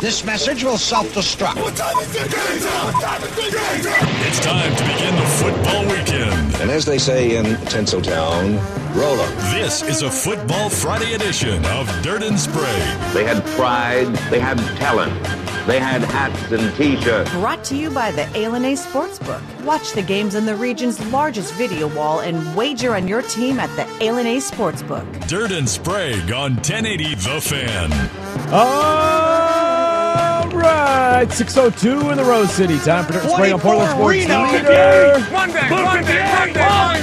This message will self-destruct. What time is it? It's time to begin the football weekend. And as they say in Tinseltown, roll up. This is a Football Friday edition of Dirt and Spray. They had pride, they had talent, they had hats and t shirts. Brought to you by the ALNA Sportsbook. Watch the games on the region's largest video wall and wager on your team at the ALNA Sportsbook. Dirt and Spray on 1080 The Fan. All right, 602 in the Rose City. Time for Dirt and Spray on Portland Sports Leader. Run back, run back, run back,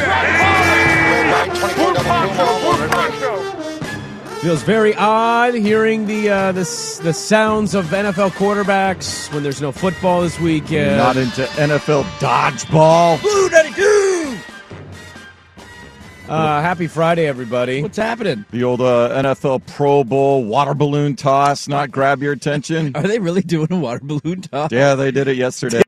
run back. Feels very odd hearing the uh, the s- the sounds of NFL quarterbacks when there's no football this weekend. Not into NFL dodgeball. Blue Daddy Goo. Uh, happy Friday, everybody. What's happening? The old uh, NFL Pro Bowl water balloon toss not grab your attention. Are they really doing a water balloon toss? Yeah, they did it yesterday.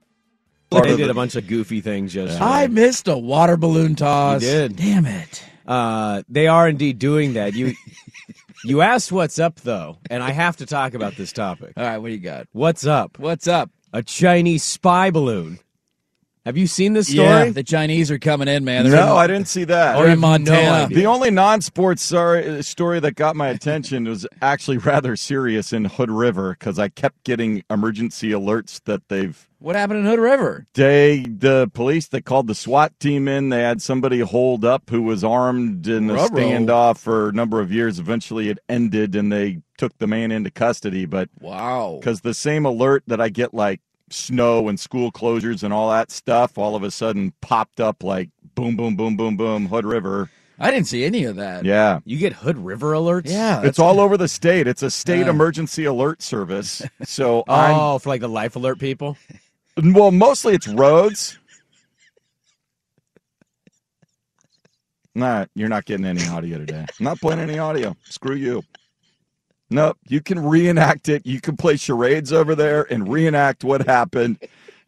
Part They of did a the- bunch of goofy things yesterday. I missed a water balloon toss. You did. Damn it. Uh, they are indeed doing that. You you asked what's up though, and I have to talk about this topic. All right, what do you got? What's up? What's up? A Chinese spy balloon. Have you seen this story? Yeah, the Chinese are coming in, man. They're No, in- I didn't see that. They're in I have no Montana. idea. The only non-sports sorry- story that got my attention was actually rather serious in Hood River because I kept getting emergency alerts that they've what happened in Hood River? they the police that called the SWAT team in. They had somebody hold up who was armed in a Ruh-roh. standoff for a number of years. Eventually, it ended and they took the man into custody. But Wow. because the same alert that I get like snow and school closures and all that stuff, all of a sudden popped up like boom, boom, boom, boom, boom, Hood River. I didn't see any of that. Yeah. You get Hood River alerts? Yeah. It's all over the state. It's a state Uh. emergency alert service. So I'm Oh, for like the life alert people? well, mostly it's roads. Nah, you're not getting any audio today. I'm not playing any audio. Screw you. Nope. You can reenact it. You can play charades over there and reenact what happened.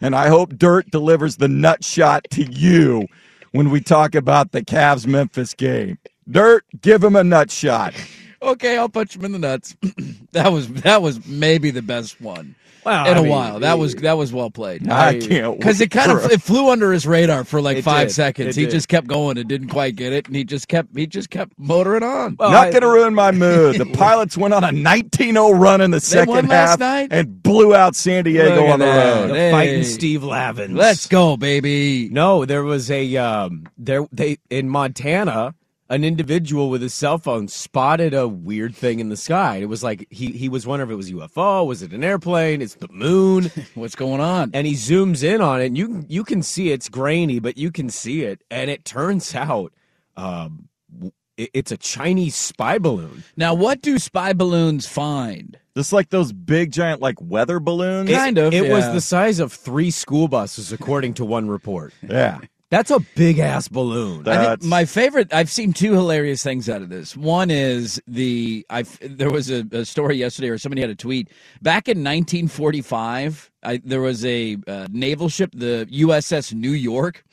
And I hope Dirt delivers the nut shot to you when we talk about the Cavs Memphis game. Dirt, give him a nut shot. Okay, I'll punch him in the nuts. that was that was maybe the best one Well, in I a mean, while. That was that was well played. I can't Because it kind of wait. it flew under his radar for like It five did. seconds. It he did. just kept going and didn't quite get it, and he just kept he just kept motoring on. Well, I- Not going to ruin my mood. The Pilots went on a 19-0 run in the second won last half night? and blew out San Diego Look at on the that. road. The Hey. fighting Steve Lavins. Let's go, baby. No, there was a um there they in Montana, an individual with his cell phone spotted a weird thing in the sky. It was like he he was wondering if it was UFO, was it an airplane, it's the moon, What's going on? and he zooms in on it and you you can see it's grainy, but you can see it and it turns out um w- it- it's a Chinese spy balloon. Now, what do spy balloons find? Just like those big giant like weather balloons. Yeah. Kind It- of, It was yeah. the size of 3 school buses according to one report. Yeah. That's a big ass balloon. I think That's- my favorite. I've seen two hilarious things out of this. One is the I there was a, a story yesterday, or somebody had a tweet back in 1945. I, there was a uh, naval ship, the USS New York.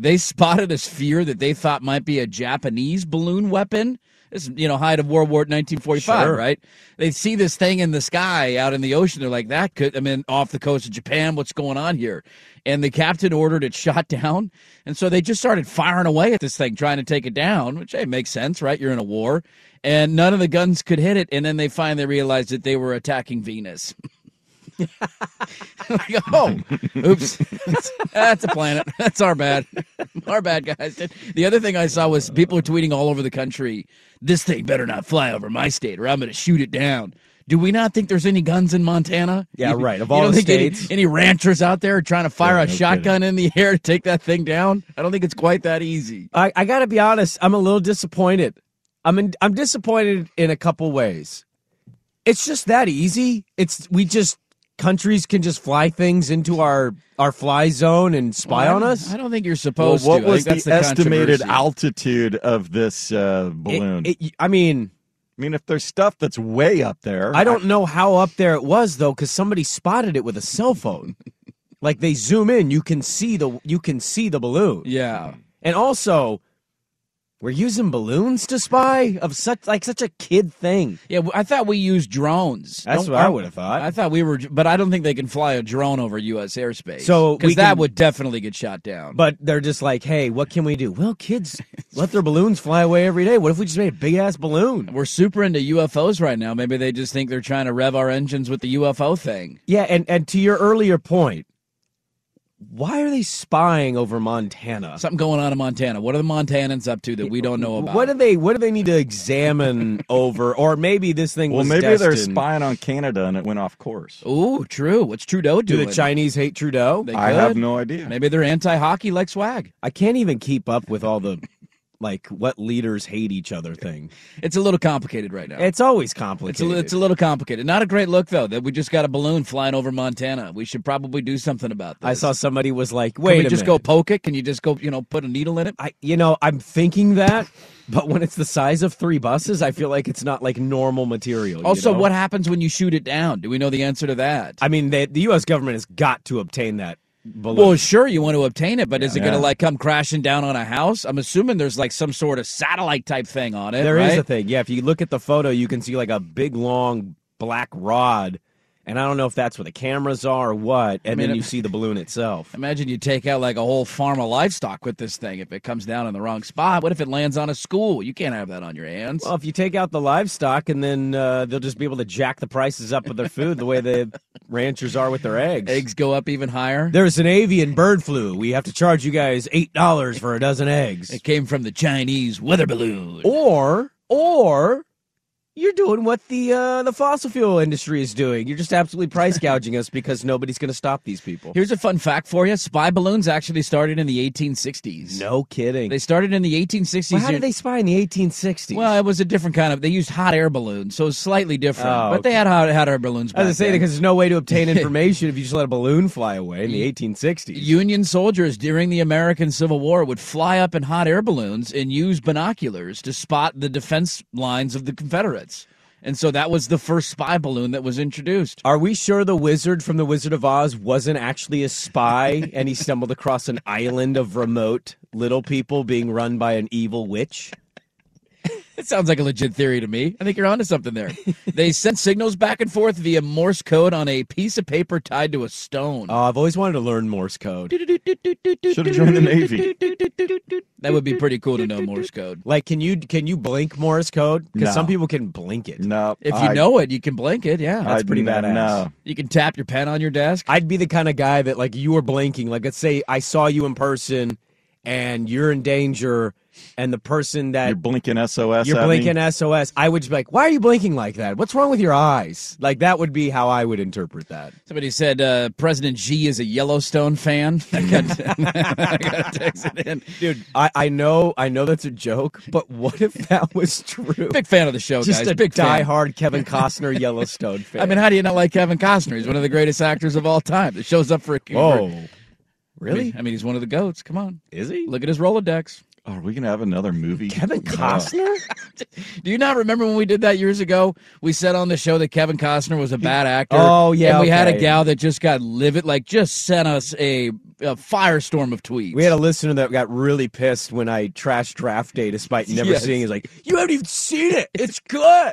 They spotted a sphere that they thought might be a Japanese balloon weapon. This is, you know, height of World War 1945, Sure. right? They see this thing in the sky out in the ocean. They're like, that could, I mean, off the coast of Japan, what's going on here? And the captain ordered it shot down. And so they just started firing away at this thing, trying to take it down, which, hey, makes sense, right? You're in a war. And none of the guns could hit it. And then they finally realized that they were attacking Venus. like, oh, oops. That's a planet. That's our bad. Our bad, guys. The other thing I saw was people are tweeting all over the country this thing better not fly over my state or I'm going to shoot it down. Do we not think there's any guns in Montana? Yeah, You- right. Of you all don't the think any- states. Any, ranchers out there trying to fire Yeah, a no shotgun in the air to take that thing down? I don't think it's quite that easy. I, I gotta be honest, I'm a little disappointed. I'm in, I'm disappointed in a couple ways. It's just that easy. It's we just countries can just fly things into our our fly zone and spy Well, I on don't- us? I don't think you're supposed well, what to. I was think that's the estimated controversy. altitude of this uh, balloon? It- it- I mean, I mean, if there's stuff that's way up there, I don't know how up there it was though, because somebody spotted it with a cell phone. like they zoom in, you can see the you can see the balloon. Yeah, and also. We're using balloons to spy of such like such a kid thing. Yeah, I thought we used drones. That's Don't- what I aren't- would have thought. I thought we were, but I don't think they can fly a drone over U.S. airspace. So we because that can- would definitely get shot down. But they're just like, hey, what can we do? Well, kids let their balloons fly away every day. What if we just made a big ass balloon? We're super into UFOs right now. Maybe they just think they're trying to rev our engines with the UFO thing. Yeah, and, and to your earlier point, why are they spying over Montana? Something going on in Montana. What are the Montanans up to that we don't know about? What do they what do they need to examine over? Or maybe this thing Well, was maybe they're destined. spying on Canada and it went off course. Ooh, true. What's Trudeau Do doing? the Chinese hate Trudeau? Oh, They I could. have no idea. Maybe they're anti-hockey like swag. I can't even keep up with all the like what leaders hate each other thing. It's a little complicated right now. It's always It's a, complicated. li- it's a little complicated. Not a great look though. That we just got a balloon flying over Montana. We should probably do something about this. I saw somebody was like, Can "Wait we a just minute. go poke it? Can you just go, you know, put a needle in it? I, you know, I'm thinking that, but when it's the size of three buses, I feel like it's not like normal material. you Also, know? what happens when you shoot it down? Do we know the answer to that? I mean, they, the U.S. government has got to obtain that balloon. Well, sure, you want to obtain it, but is it going to Yeah. like come crashing down on a house? I'm assuming there's like some sort of satellite type thing on it. there is right? a thing. Yeah, if you look at the photo, you can see like a big long black rod, and I don't know if that's where the cameras are or what, and mean, then it- you see the balloon itself. Imagine you take out like a whole farm of livestock with this thing if it comes down in the wrong spot. What if it lands on a school? You can't have that on your hands. Well, if you take out the livestock, and then uh, they'll just be able to jack the prices up with their food the way the ranchers are with their eggs. Eggs go up even higher. There's an avian bird flu. We have to charge you guys eight dollars for a dozen eggs. It came from the Chinese weather balloon. Oh. or or you're doing what the uh, the fossil fuel industry is doing. You're just absolutely price gouging us because nobody's going to stop these people. Here's a fun fact for you: spy balloons actually started in the 1860s. No kidding. They started in the 1860s. Well, how did they spy in the 1860s? Well, it was a different kind of. They used hot air balloons, so it was slightly different. Oh, but they had hot, hot air balloons. I back was saying then. because there's no way to obtain information if you just let a balloon fly away in the 1860s. Union soldiers during the American Civil War would fly up in hot air balloons and use binoculars to spot the defense lines of the Confederates. And so that was the first spy balloon that was introduced. Are we sure the wizard from the Wizard of Oz wasn't actually a spy and he stumbled across an island of remote little people being run by an evil witch? That sounds like a legit theory to me. I think you're onto something there. they sent signals back and forth via Morse code on a piece of paper tied to a stone. Oh, I've always wanted to learn Morse code. Should have joined the Navy. That would be pretty cool to know Morse code. Like, can you can you blink Morse code? Because No. some people can blink it. No. If you I- know it, you can blink it. Yeah. I- That's pretty badass. No. You can tap your pen on your desk. I'd be the kind of guy that like you were blinking. Like, let's say I saw you in person, and you're in danger, and the person that You're blinking SOS. you're at me. blinking SOS, I would just be like, "Why are you blinking like that? What's wrong with your eyes?" Like that would be how I would interpret that. Somebody said uh, President Xi is a Yellowstone fan. I got, I got texted in. Dude, I, I know I know that's a joke, but what if that was true? Big fan of the show, Just guys. a Big fan. diehard Kevin Costner Yellowstone fan. I mean, how do you not like Kevin Costner? He's one of the greatest actors of all time. That shows up for a for- whoa, I Oh. really? mean, I mean, he's one of the goats. Come on, Is he look at his Rolodex. Oh, Are we gonna have another movie? Kevin Costner? Do you not remember when we did that years ago? We said on the show that Kevin Costner was a bad actor. Oh, yeah, and we had a okay. gal that just got livid, like just sent us a, a firestorm of tweets. We had a listener that got really pissed when I trashed Draft Day despite never Yes. seeing. it. He's like, "You haven't even seen it. It's good."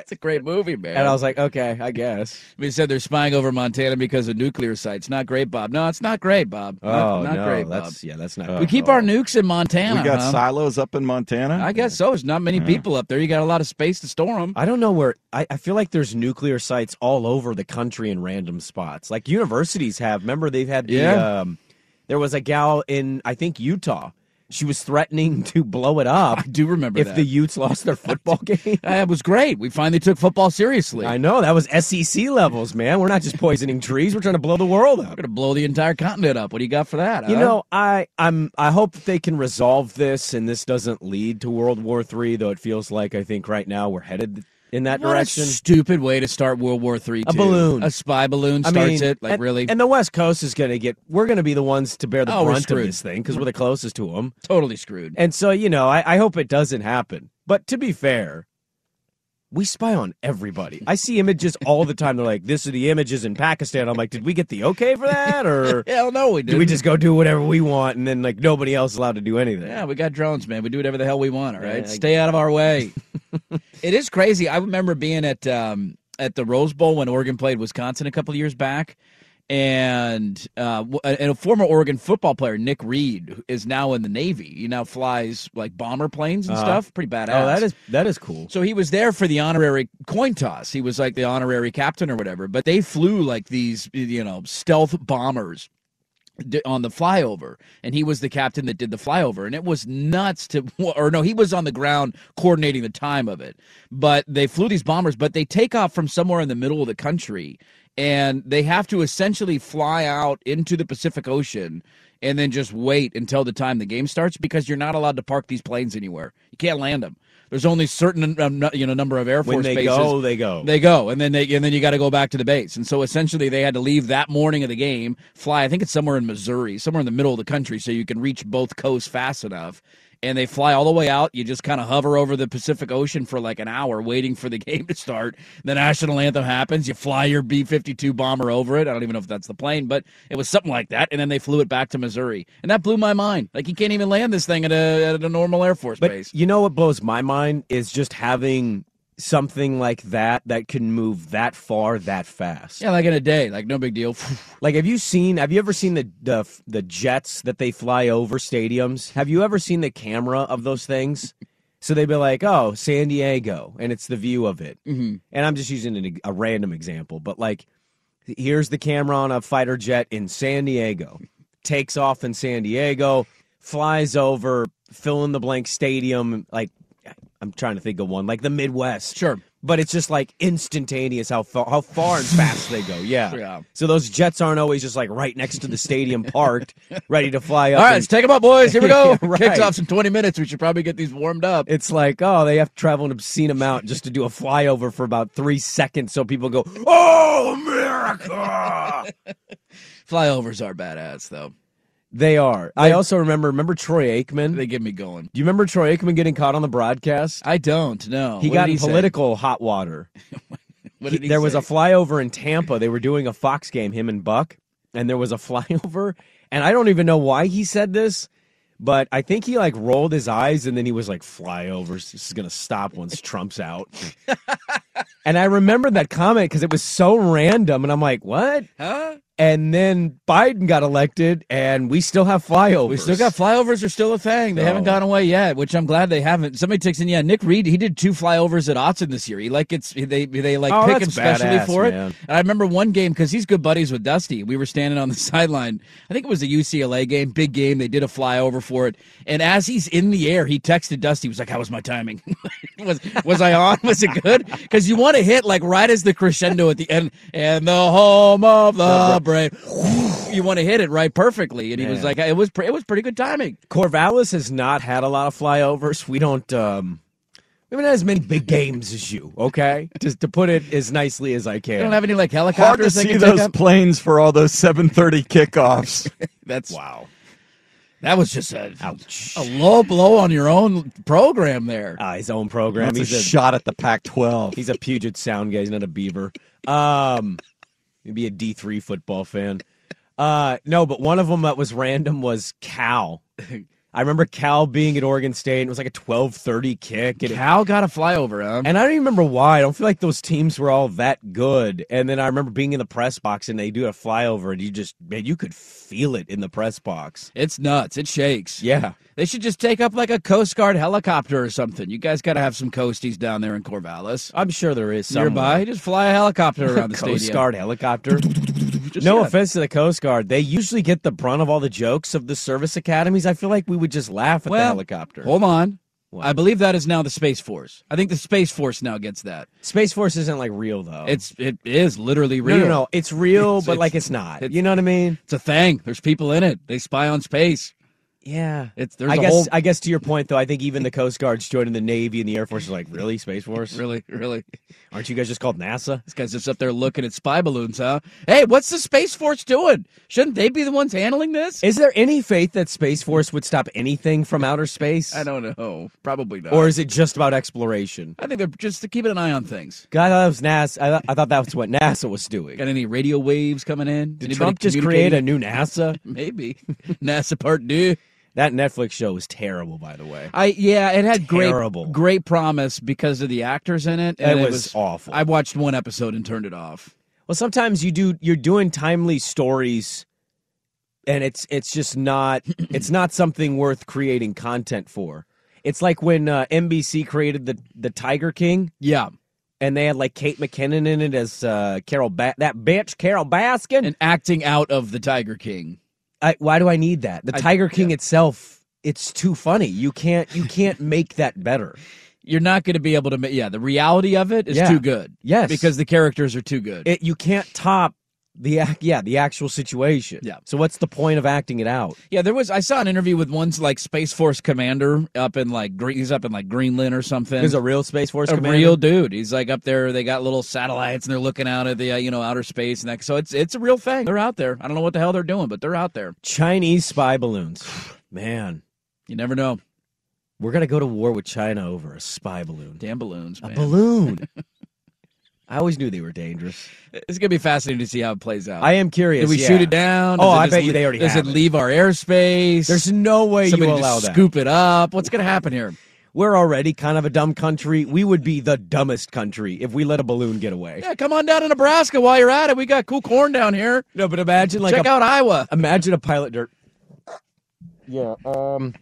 it's a great movie, man. And I was like, "Okay, I guess." We said they're spying over Montana because of nuclear sites. Not great, Bob. No, it's not great, Bob. Not, oh not no, great, that's Bob. yeah, that's not. Oh. Uh, We keep our nukes in Montana. We got huh? silos up in Montana. I guess so. There's not many people up there. You got a lot of space to store them. I don't know where. I, I feel like there's nuclear sites all over the country in random spots. Like universities have. Remember, they've had the. Yeah. Um, there was a gal in I think Utah. She was threatening to blow it up I do remember if that. the Utes lost their football game. Uh, it was great. We finally took football seriously. I know that was SEC levels, man. We're not just poisoning trees; we're trying to blow the world up. We're gonna blow the entire continent up. What do you got for that? You huh? know, I I'm I hope they can resolve this and this doesn't lead to World War Three, though it feels like I think right now we're headed in that What a direction. stupid way to start World War Three. A too. balloon. a spy balloon starts it. Like and- really, And the West Coast is going to get. We're going to be the ones to bear the Oh, we're brunt of screwed. this thing because we're the closest to them. totally screwed. And so you know, I, I hope it doesn't happen. But to be fair, we spy on everybody. I see images all the time. They're like, "This are the images in Pakistan." I'm like, "Did we get the okay for that, or Hell no, we do we didn't. just go do whatever we want and then like nobody else is allowed to do anything?" Yeah, we got drones, man. We do whatever the hell we want. All right, Yeah, I- stay out of our way. it is crazy. I remember being at um, at the Rose Bowl when Oregon played Wisconsin a couple of years back, and uh, w- and a former Oregon football player Nick Reed who is now in the Navy. He now flies like bomber planes and Uh-huh. stuff. Pretty badass. Oh, that is that is cool. So he was there for the honorary coin toss. He was like the honorary captain or whatever. But they flew like these, you know, stealth bombers d- on the flyover, and he was the captain that did the flyover, and it was nuts to. Or no, he was on the ground coordinating the time of it. But they flew these bombers, but they take off from somewhere in the middle of the country, and they have to essentially fly out into the Pacific Ocean. And then just wait until the time the game starts because you're not allowed to park these planes anywhere. You can't land them. There's only certain um, nu- you know number of air force When they bases go, they go. they go, and then they and then you got to go back to the base. And so essentially, they had to leave that morning of the game, fly. I think it's somewhere in Missouri, somewhere in the middle of the country, so you can reach both coasts fast enough. And they fly all the way out. You just kind of hover over the Pacific Ocean for like an hour, waiting for the game to start. The national anthem happens. You fly your B fifty two bomber over it. I don't even know if that's the plane, but it was something like that. And then they flew it back to Missouri, and that blew my mind. Like you can't even land this thing at a at a normal Air Force But base. you know what blows my mind is just having something like that that can move that far that fast. Yeah, like in a day, like no big deal. Like, have you seen? Have you ever seen the the the jets that they fly over stadiums? Have you ever seen the camera of those things? So they'd be like, "Oh, San Diego," and it's the view of it. Mhm. And I'm just using an, a random example, but like, here's the camera on a fighter jet in San Diego, takes off in San Diego, flies over, fill in the blank stadium. Like, I'm trying to think of one, like the Midwest. Sure. But it's just like instantaneous how far, how far and fast they go. Yeah. Yeah. So those jets aren't always just like right next to the stadium parked, ready to fly up. All right, and- let's take them up, boys. Here we go. Yeah, right. Kicks off in 20 minutes. We should probably get these warmed up. It's like, oh, they have to travel an obscene amount just to do a flyover for about three seconds so people go, oh, America. Flyovers are badass, though. they are. I also remember, remember Troy Aikman? They get me going. do you remember Troy Aikman getting caught on the broadcast? I don't know. He What got did in say? political hot water. What He- did he there was a say? flyover in Tampa. They were doing a Fox game, him and Buck, and there was a flyover. And I don't even know why he said this, but I think he like rolled his eyes and then he was like, "Flyovers, this is gonna stop once Trump's out." and I remember that comment because it was so random, and I'm like, "What?" Huh? And then Biden got elected, and we still have flyovers. We still got flyovers are still a thing. They haven't No. gone away yet, which I'm glad they haven't. Somebody takes in, yeah, Nick Reed. He did two flyovers at Otson this year. He like it's they they like Oh, pick him that's specially badass, for it. man. And I remember one game because he's good buddies with Dusty. We were standing on the sideline. I think it was a UCLA game, big game. They did a flyover for it, and as he's in the air, he texted Dusty. He was like, "How was my timing? was was I on? Was it good? Because you want to hit like right as the crescendo at the end, and the home of the brave. You want to hit it right perfectly, and he was Man. like, "It was pre- it was pretty good timing." Corvallis has not had a lot of flyovers. We don't. um we haven't had as many big games as you, okay? Just to put it as nicely as I can. They don't have any like Hard to helicopters. they see can take those up? planes for all those 7:30 kickoffs. That's Wow. that was just a Ouch. a low blow on your own program there. Uh, his own program. That's a He's a, shot at the Pac-12. he's a Puget Sound guy. He's not a Beaver. Um, maybe a D three football fan. Uh, no, but one of them that was random was Cal. I remember Cal being at Oregon State. and It was like a twelve thirty kick, and, Cal got a flyover, huh? and I don't even remember why. I don't feel like those teams were all that good. And then I remember being in the press box, and they do a flyover, and you just man, you could feel it in the press box. it's nuts. It shakes. Yeah, They should just take up like a Coast Guard helicopter or something. You guys got to have some coasties down there in Corvallis. I'm sure there is somewhere. Nearby, just fly a helicopter around the Oh, uh, Coast stadium. Guard helicopter. Just, no yeah. offense to the Coast Guard, they usually get the brunt of all the jokes of the service academies. I feel like we would just laugh at the Well, helicopter. Hold on. What? I believe that is now the Space Force. I think the Space Force now gets that. Space Force isn't like real though. It's it is literally Oh. no, real. no, no. It's real, It's- but it's- like it's not. it's- you know what I mean? It's a thing. There's people in it. They spy on space. Yeah, it's there's I a guess whole I guess to your point though, I think even the Coast Guard's joining the Navy and the Air Force is like, really, Space Force? really, really. Aren't you guys just called NASA? This guy's just up there looking at spy balloons, huh? Hey, what's the Space Force doing? Shouldn't they be the ones handling this? Is there any faith that Space Force would stop anything from outer space? I don't know. Probably not. Or is it just about exploration? I think they're just keeping an eye on things. God, I thought that was NASA. I, thought- I thought that's what NASA was doing. Got any radio waves coming in? Did Trump just create a new NASA? Maybe NASA Part Two. That Netflix show was terrible, by the way. I yeah, it had great Terrible. great promise because of the actors in it. and It was awful. I watched one episode and turned it off. Well, sometimes you do. You're doing timely stories, and it's it's just not it's not something worth creating content for. It's like when uh, NBC created the the Tiger King, Yeah, and they had like Kate McKinnon in it as uh, Carol ba- that bitch Carol Baskin. and acting out of the Tiger King. I, why do I need that? The I- Tiger King yeah. itself, it's too funny. You can't you can't make that better. You're not going to be able to. ma- Yeah, the reality of it is Yeah. too good. Yes. because the characters are too good. It, you can't top the ac- yeah the actual situation. Yeah. So what's the point of acting it out? Yeah, there was. I saw an interview with one's like Space Force commander up in like Green. He's up in like Greenland or something. There's a real Space Force a commander. real dude. He's like up there. They got little satellites and they're looking out at the uh, you know outer space and that. So it's it's a real thing. They're out there. I don't know what the hell they're doing, but they're out there. Chinese spy balloons. Man, You never know. we're gonna go to war with China over a spy balloon. Damn balloons, A man. balloon. I always knew they were dangerous. It's gonna be fascinating to see how it plays out. I am curious. Do we yeah. shoot it down? Oh, Does it I just bet you le- they already Does have it it. leave our airspace? There's no way Somebody you just allow that. Scoop it up. What's gonna happen here? We're already kind of a dumb country. We would be the dumbest country if we let a balloon get away. Yeah, come on down to Nebraska while you're at it. We got cool corn down here. No, but imagine like Check a, out Iowa. imagine a pilot dirt. Yeah, um,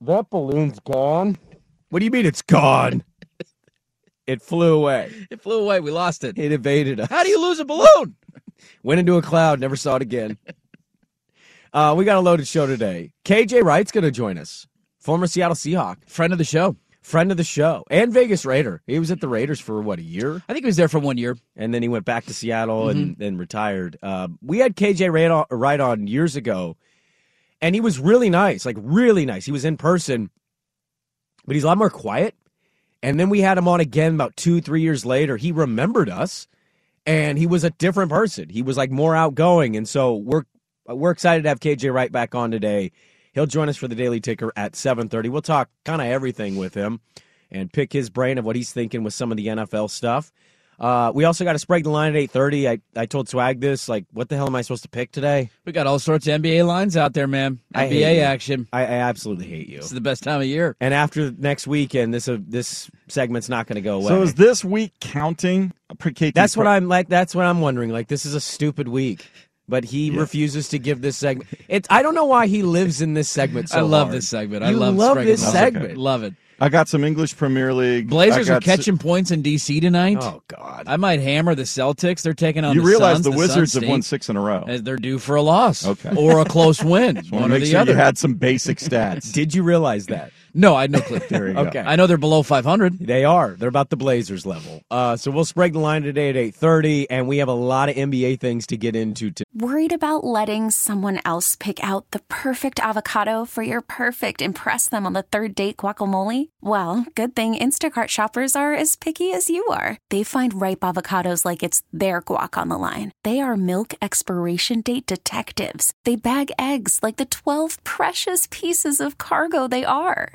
that balloon's gone. What do you mean it's gone? it flew away. It flew away. We lost it. It evaded us. How do you lose a balloon? Went into a cloud, never saw it again. uh, we got a loaded show today. KJ Wright's going to join us, former Seattle Seahawk, Friend of the show. friend of the show, and Vegas Raider. He was at the Raiders for what a year, I think he was there for one year. Mm-hmm. and then he went back to Seattle and then retired. Uh, we had KJ Wright on, Wright on years ago, and he was really nice, like really nice. He was in person, but he's a lot more quiet. And then we had him on again about two, three years later. He remembered us, and he was a different person. He was like more outgoing, and so we're we're excited to have KJ Wright back on today. He'll join us for the Daily Ticker at seven thirty. We'll talk kind of everything with him, and pick his brain of what he's thinking with some of the NFL stuff. Uh, we also got to spray the line at eight thirty. I I told Swag this like, what the hell am I supposed to pick today? We got all sorts of NBA lines out there, man. I hate NBA you. action. I, I absolutely hate you. This is the best time of year. And after next weekend, this uh, this segment's not going to go away. So is this week counting? Pre- That's what I'm like. That's what I'm wondering. Like, this is a stupid week, but he Yeah. refuses to give this segment. It's I don't know why he lives in this segment. So I love hard. this segment. I You love, love Sprague this Lawson. segment. Love it. I got some English Premier League. Blazers I are got s- catching points in DC tonight. Oh God! I might hammer the Celtics. They're taking on You the realize Suns. the Suns Wizards have stink. won six in a row. As They're due for a loss Okay. or a close win. Just one want or to make the sure other. you had some basic stats. Did you realize that? No, I had no clue. There you go. Okay. I know they're below 500. They are. They're about the Blazers level. Uh, so we'll spray the line today at eight thirty, and we have a lot of NBA things to get into. today. Worried about letting someone else pick out the perfect avocado for your perfect impress them on the third date guacamole? Well, good thing Instacart shoppers are as picky as you are. They find ripe avocados like it's their guac on the line. They are milk expiration date detectives. They bag eggs like the 12 precious pieces of cargo they are.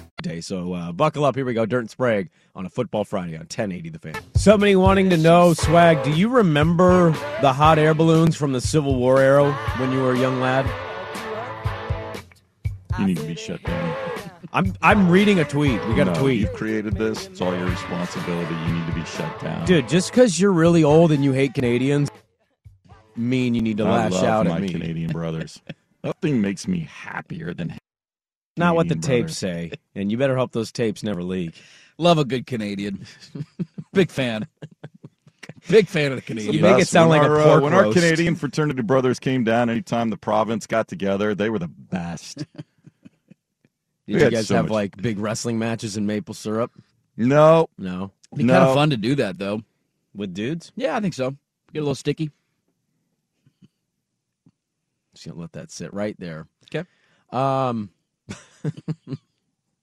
Day. So uh, buckle up. Here we go. Dirt and Sprague on a Football Friday on 1080 The Fan. Somebody wanting to know, Swag, do you remember the hot air balloons from the Civil War era when you were a young lad? You need to be shut down. I'm I'm reading a tweet. We got a No, tweet. Uh, You've created this. It's all your responsibility. You need to be shut down. Dude, just because you're really old and you hate Canadians, mean you need to I lash love out my at me. Canadian brothers. Nothing makes me happier than Not what the Canadian tapes say. And you better hope those tapes never leak. Love a good Canadian. Big fan. Big fan of the It's Canadian. the best. When our, uh, when our Canadian fraternity brothers came down. Anytime the province got together, they were the best. We Did you had guys so have much- like big wrestling matches in maple syrup? No, no. Be kind of fun to do that though. With dudes? Yeah, I think so. Get a little sticky. Just gonna let that sit right there. Okay. Um,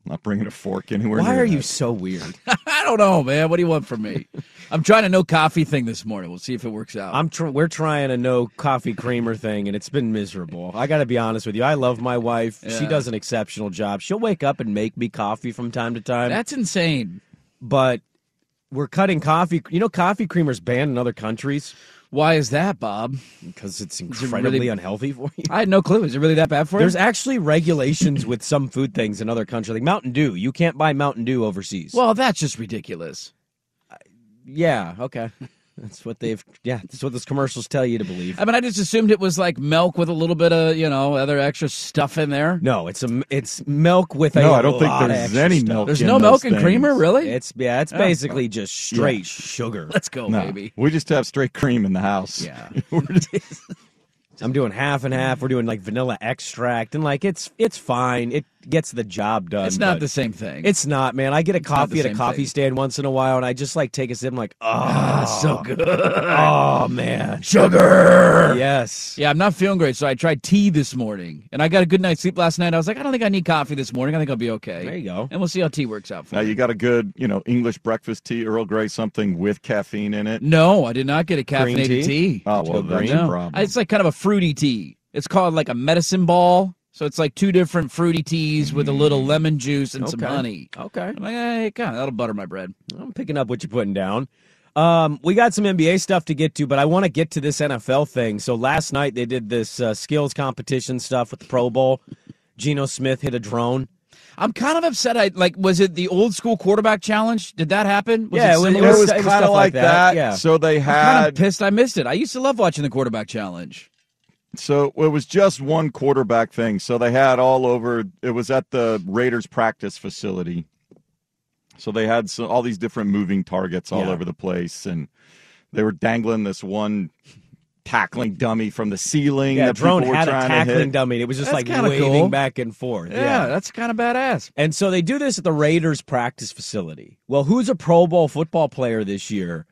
not bringing a fork anywhere. Why near are you that. so weird? I don't know, man. What do you want from me? I'm trying a no coffee thing this morning. We'll see if it works out. I'm tr- we're trying a no coffee creamer thing, and it's been miserable. I got to be honest with you. I love my wife. She Yeah. does an exceptional job. She'll wake up and make me coffee from time to time. That's insane. But we're cutting coffee. You know, coffee creamers banned in other countries. Why is that, Bob? Because it's it really- incredibly unhealthy for you. I had no clue. Is it really that bad for you? There's actually regulations with some food things in other countries, like Mountain Dew. You can't buy Mountain Dew overseas. Well, that's just ridiculous. yeah, okay. That's what they've. Yeah, that's what those commercials tell you to believe. I mean, I just assumed it was like milk with a little bit of you know other extra stuff in there. No, it's a it's milk with a. No, I don't think lot of there's extra any stuff. milk There's in no those milk and things. creamer, really? It's yeah, it's Oh. basically just Yeah. straight sugar. Let's go, No, we just have straight cream in the house. Yeah, I'm doing half and half. We're doing like vanilla extract, and like it's it's fine. It gets the job done. It's not but the same thing. It's not, man. I get a not the coffee at a same coffee thing. stand once in a while, and I just like take a sip. I'm like, oh, Ah, so good. Oh man, Sugar. Yes. Yeah, I'm not feeling great, so I tried tea this morning, and I got a good night's sleep last night. I was like, I don't think I need coffee this morning. I think I'll be okay. There you go. And we'll see how tea works out for Now you got a good, you know, English breakfast tea, Earl Grey, something with caffeine in it. No, I did not get a caffeinated tea. Oh well, that's a No. problem. It's like kind of a fruity tea. It's called like a medicine ball. So it's like two different fruity teas with a little lemon juice and some Okay. honey. Okay. I'm like, hey, God, that'll butter my bread. I'm picking up what you're putting down. Um, we got some NBA stuff to get to, but I want to get to this NFL thing. So last night they did this uh, skills competition stuff with the Pro Bowl. Geno Smith hit a drone. I'm kind of upset. I like. Was it the old school quarterback challenge? Did that happen? Yeah, it was- similar? it was- It was it was kinda stuff like like that, that. yeah. So they I'm kind had- of pissed. I missed it. I used to love watching the quarterback challenge. So it was just one quarterback thing. So they had all over. It was at the Raiders practice facility. So they had so, all these different moving targets all Yeah. over the place, and they were dangling this one tackling dummy from the ceiling. Yeah, that drone people were had a trying to tackling hit. dummy. It was just That's like kinda waving cool. back and forth. Yeah. that's kind of badass. And so they do this at the Raiders practice facility. Well, who's a Pro Bowl football player this year?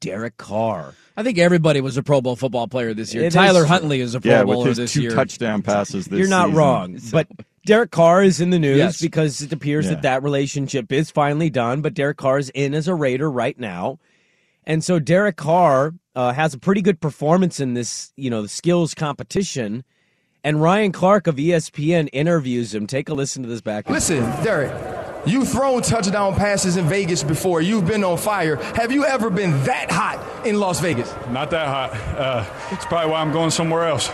Derek Carr. I think everybody was a Pro Bowl football player this year. It is Tyler true. Huntley is a Pro yeah, Bowler with his this two year. touchdown passes. This You're not season. wrong, but Derek Carr is in the news Yes. because it appears Yeah. that that relationship is finally done. But Derek Carr is in as a Raider right now, and so Derek Carr uh, has a pretty good performance in this, you know, the skills competition. And Ryan Clark of E ESPN interviews him. Take a listen to this back. Listen, Derek, you've thrown touchdown passes in Vegas before. You've been on fire. Have you ever been that hot in Las Vegas? Not that hot. Uh, it's probably why I'm going somewhere else.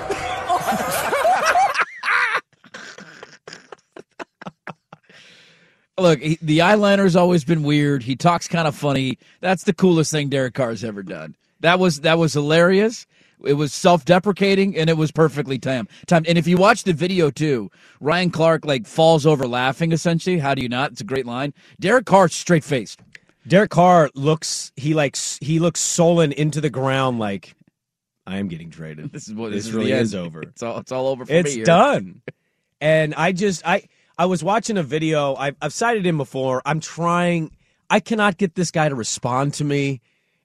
Look, he, the eyeliner's always been weird. He talks kind of funny. That's the coolest thing Derek Carr's ever done. That was that was hilarious. It was self-deprecating and it was perfectly timed. Timed. And if you watch the video too, Ryan Clark like falls over laughing. Essentially, how do you not? It's a great line. Derek Carr straight faced. Derek Carr looks he like s- he looks sullen into the ground like I am getting traded. This is what this, this, is really the end. is over. It's all it's all over for me. It's here. done. And I just I I was watching a video. I've, I've cited him before. I'm trying. I cannot get this guy to respond to me.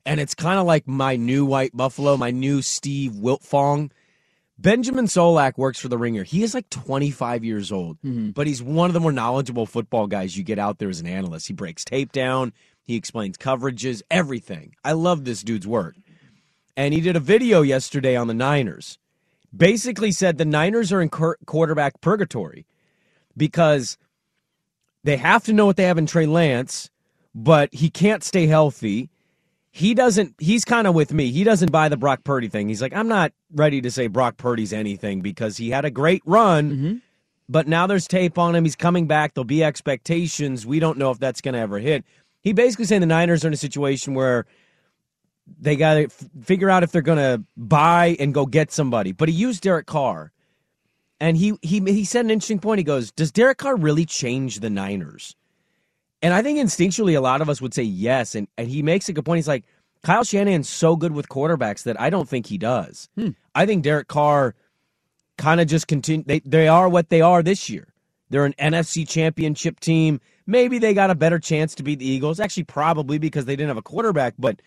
and it's kind of like my new white buffalo, my new Steve Wiltfong. Benjamin Solak works for the Ringer. He is like 25 years old, Mm-hmm. but he's one of the more knowledgeable football guys you get out there as an analyst. He breaks tape down, he explains coverages, everything. I love this dude's work. And he did a video yesterday on the Niners. Basically said the Niners are in quar- quarterback purgatory because they have to know what they have in Trey Lance, but he can't stay healthy. He doesn't. He's kind of with me. He doesn't buy the Brock Purdy thing. He's like, I'm not ready to say Brock Purdy's anything because he had a great run, but now there's tape on him. He's coming back. There'll be expectations. We don't know if that's going to ever hit. He basically saying the Niners are in a situation where they got to f- figure out if they're going to buy and go get somebody. But he used Derek Carr. And he he he said an interesting point. He goes, "Does Derek Carr really change the Niners?" And I think instinctually, a lot of us would say yes. And and he makes a good point. He's like, Kyle Shanahan's so good with quarterbacks that I don't think he does. I think Derek Carr kind of just continue. They they are what they are this year. They're an NFC Championship team. Maybe they got a better chance to beat the Eagles. Actually, probably because they didn't have a quarterback. But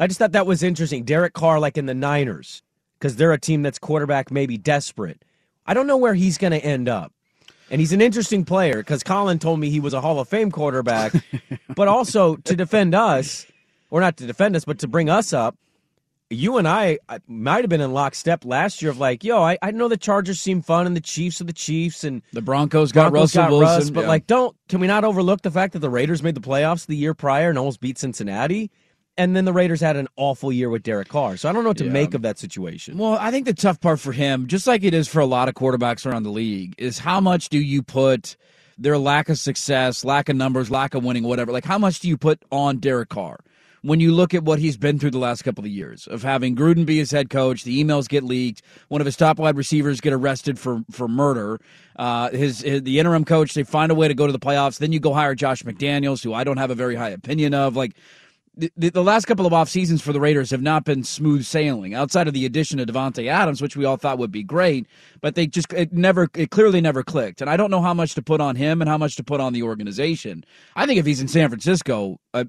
I just thought that was interesting. Derek Carr, like in the Niners, because they're a team that's quarterback maybe desperate. I don't know where he's going to end up. And he's an interesting player because Colin told me he was a Hall of Fame quarterback, but also to defend us, or not to defend us, but to bring us up, you and I, I might have been in lockstep last year of like, yo, I, I know the Chargers seem fun and the Chiefs are the Chiefs and the Broncos got Russell Wilson, but yeah. like, don't can we not overlook the fact that the Raiders made the playoffs the year prior and almost beat Cincinnati, and then the Raiders had an awful year with Derek Carr. So I don't know what to make of that situation. Well, I think the tough part for him, just like it is for a lot of quarterbacks around the league, is how much do you put their lack of success, lack of numbers, lack of winning, whatever. Like how much do you put on Derek Carr? When you look at what he's been through the last couple of years of having Gruden be his head coach, the emails get leaked, one of his top wide receivers get arrested for for murder, uh, his, his the interim coach they find a way to go to the playoffs, then you go hire Josh McDaniels, who I don't have a very high opinion of, like the, the the last couple of off seasons for the Raiders have not been smooth sailing outside of the addition of Devontae Adams, which we all thought would be great, but they just it never it clearly never clicked. And I don't know how much to put on him and how much to put on the organization. I think if he's in San Francisco, uh,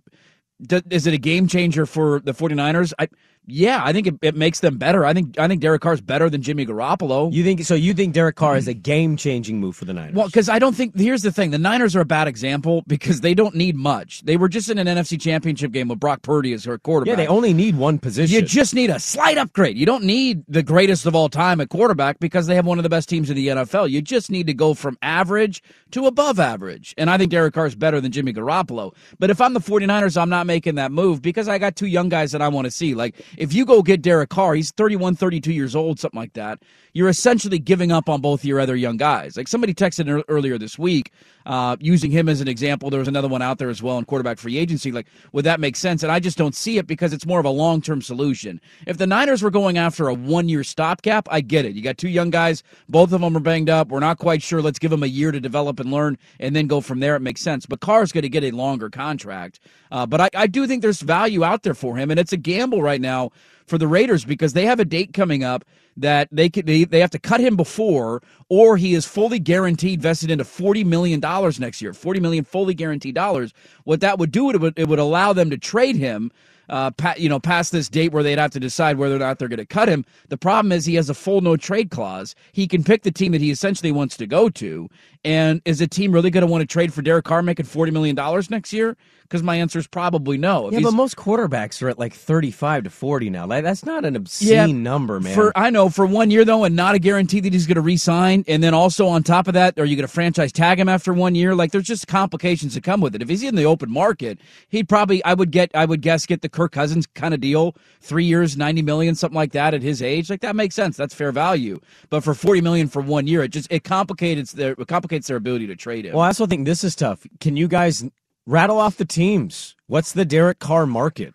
d- is it a game changer for the 49ers? I yeah, I think it, it makes them better. I think I think Derek Carr's better than Jimmy Garoppolo. You think so? You think Derek Carr is a game changing move for the Niners? Well, because I don't think here's the thing: the Niners are a bad example because they don't need much. They were just in an NFC Championship game with Brock Purdy as their quarterback. Yeah, they only need one position. You just need a slight upgrade. You don't need the greatest of all time at quarterback because they have one of the best teams in the NFL. You just need to go from average to above average. And I think Derek Carr is better than Jimmy Garoppolo. But if I'm the 49ers, I'm not making that move because I got two young guys that I want to see. Like, if you go get Derek Carr, he's 31, 32 years old, something like that. You're essentially giving up on both your other young guys. Like, somebody texted ear- earlier this week uh, using him as an example. There was another one out there as well in quarterback free agency. Like, would that make sense? And I just don't see it because it's more of a long term solution. If the Niners were going after a one year stopgap, I get it. You got two young guys, both of them are banged up. We're not quite sure. Let's give them a year to develop and learn and then go from there. It makes sense. But Carr's going to get a longer contract. Uh, but I, I do think there's value out there for him, and it's a gamble right now for the Raiders because they have a date coming up that they could they, they have to cut him before or he is fully guaranteed vested into 40 million dollars next year 40 million fully guaranteed dollars what that would do it would it would allow them to trade him uh, pa- you know, past this date where they'd have to decide whether or not they're going to cut him. The problem is he has a full no trade clause. He can pick the team that he essentially wants to go to. And is a team really going to want to trade for Derek Carr making forty million dollars next year? Because my answer is probably no. If yeah, he's- but most quarterbacks are at like thirty-five to forty now. Like that's not an obscene number, man. For uh, I know for one year though, and not a guarantee that he's going to re-sign. And then also on top of that, are you going to franchise tag him after one year? Like there's just complications that come with it. If he's in the open market, he'd probably I would get I would guess get the Kirk Cousins kind of deal, three years, ninety million, something like that at his age. Like that makes sense. That's fair value. But for forty million for one year, it just it complicates their it complicates their ability to trade him. Well, I also think this is tough. Can you guys rattle off the teams? What's the Derek Carr market?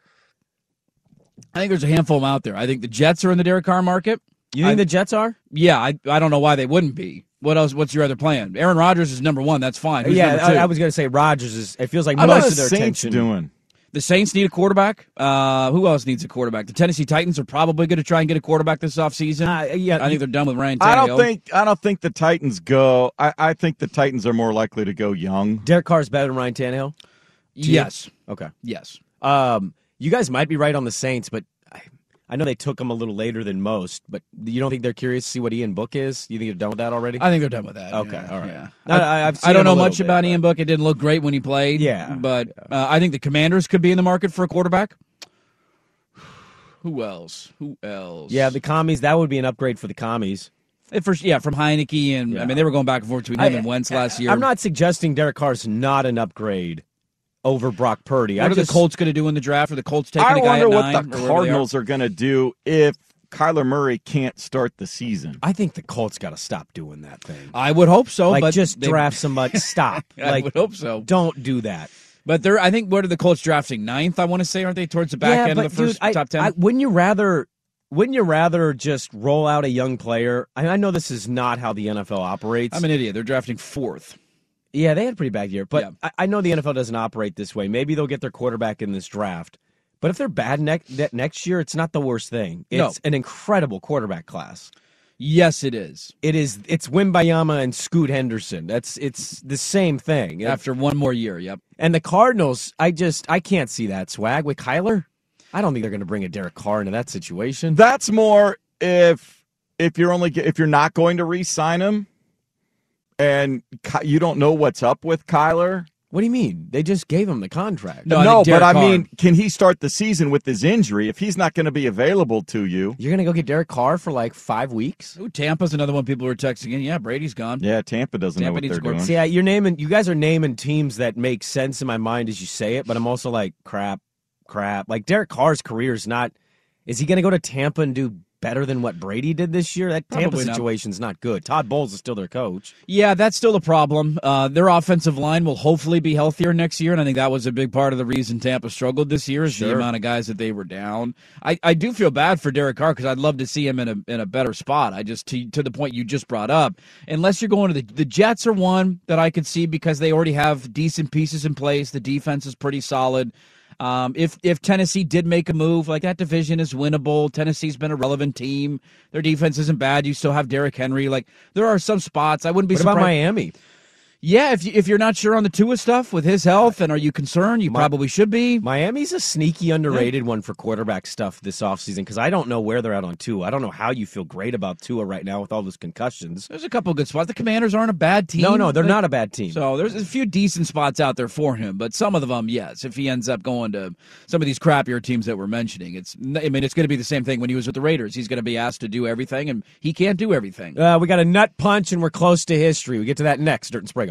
I think there's a handful of them out there. I think the Jets are in the Derek Carr market. You think the Jets are? Yeah, I, I don't know why they wouldn't be. What else? What's your other plan? Aaron Rodgers is number one. That's fine. Who's yeah, number two? I, I was going to say Rodgers is. It feels like How about most the of their Saints attention. doing? The Saints need a quarterback. Uh, who else needs a quarterback? The Tennessee Titans are probably going to try and get a quarterback this offseason. Uh, yeah, I think they're done with Ryan Tannehill. I don't think I don't think the Titans go. I, I think the Titans are more likely to go young. Derek Carr's better than Ryan Tannehill. you? Yes. Okay. Yes. Um, you guys might be right on the Saints, but I, I know they took him a little later than most. But you don't think they're curious to see what Ian Book is? You think they're done with that already? I think they're done with that. Okay, yeah, all right. yeah. No, I, I've seen don't him a know little much bit, about Ian Book. It didn't look great when he played. Yeah. but Uh, I think the Commanders could be in the market for a quarterback. Who else? Who else? Yeah, the commies. That would be an upgrade for the commies. At first, yeah, from Heineke and I mean they were going back and forth between him and Wentz last year. I'm not suggesting Derek Carr's not an upgrade over Brock Purdy. What I are the just- Colts going to do in the draft? Are the Colts taking I a guy wonder at what nine? or the wherever they Cardinals are going to do if Kyler Murray can't start the season. I think the Colts got to stop doing that thing. I would hope so. like but just they- draft somebody. Stop. I like would hope so. Don't do that. But they're I think what are the Colts drafting ninth? I want to say aren't they towards the back yeah, end but of the first dude, I, top ten? I, wouldn't you rather? Wouldn't you rather just roll out a young player? I, I know this is not how the NFL operates. I'm an idiot. They're drafting fourth. Yeah, they had a pretty bad year, but I, I know the NFL doesn't operate this way. Maybe they'll get their quarterback in this draft. But if they're bad next that next year, it's not the worst thing. It's No. an incredible quarterback class. Yes, it is. It is. It's Wimbayama and Scoot Henderson. That's it's the same thing. After one more year, yep. And the Cardinals, I just I can't see that swag with Kyler. I don't think they're going to bring a Derek Carr into that situation. That's more if if you're only if you're not going to re-sign him, and Ky- you don't know what's up with Kyler. What do you mean? They just gave him the contract. No, but I mean, can he start the season with his injury? If he's not going to be available to you, you're going to go get Derek Carr for like five weeks. Ooh, Tampa's another one people were texting in. Yeah, Brady's gone. Yeah, Tampa doesn't know Tampa what needs they're to work. doing. See, I- you're naming you guys are naming teams that make sense in my mind as you say it, but I'm also like crap, crap. Like Derek Carr's career is not. Is he going to go to Tampa and do better than what Brady did this year? That Tampa Probably not. situation's not good. Todd Bowles is still their coach. Yeah, that's still a problem. Uh, their offensive line will hopefully be healthier next year, and I think that was a big part of the reason Tampa struggled this year is the Sure. amount of guys that they were down. I, I do feel bad for Derek Carr because I'd love to see him in a in a better spot. I just to, to the point you just brought up. Unless you're going to the the Jets are one that I could see because they already have decent pieces in place. The defense is pretty solid. Um, if if Tennessee did make a move, like that division is winnable. Tennessee's been a relevant team. Their defense isn't bad. You still have Derrick Henry. Like there are some spots. I wouldn't be What about surprised. Miami? Yeah, if you, if you're not sure on the Tua stuff with his health, and are you concerned? You probably should be. Miami's a sneaky underrated one for quarterback stuff this offseason because I don't know where they're at on Tua. I don't know how you feel great about Tua right now with all those concussions. There's a couple good spots. The Commanders aren't a bad team. No, no, they're They- not a bad team. So there's a few decent spots out there for him, but some of them, yes, if he ends up going to some of these crappier teams that we're mentioning, it's I mean it's going to be the same thing when he was with the Raiders. He's going to be asked to do everything, and he can't do everything. Uh, we got a nut punch and we're close to history. We get to that next. Dirt and Sprague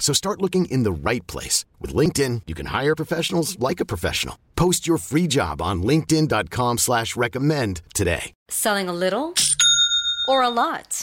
So start looking in the right place. With LinkedIn, you can hire professionals like a professional. Post your free job on linkedin.com slash recommend today. Selling a little or a lot?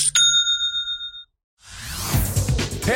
Hey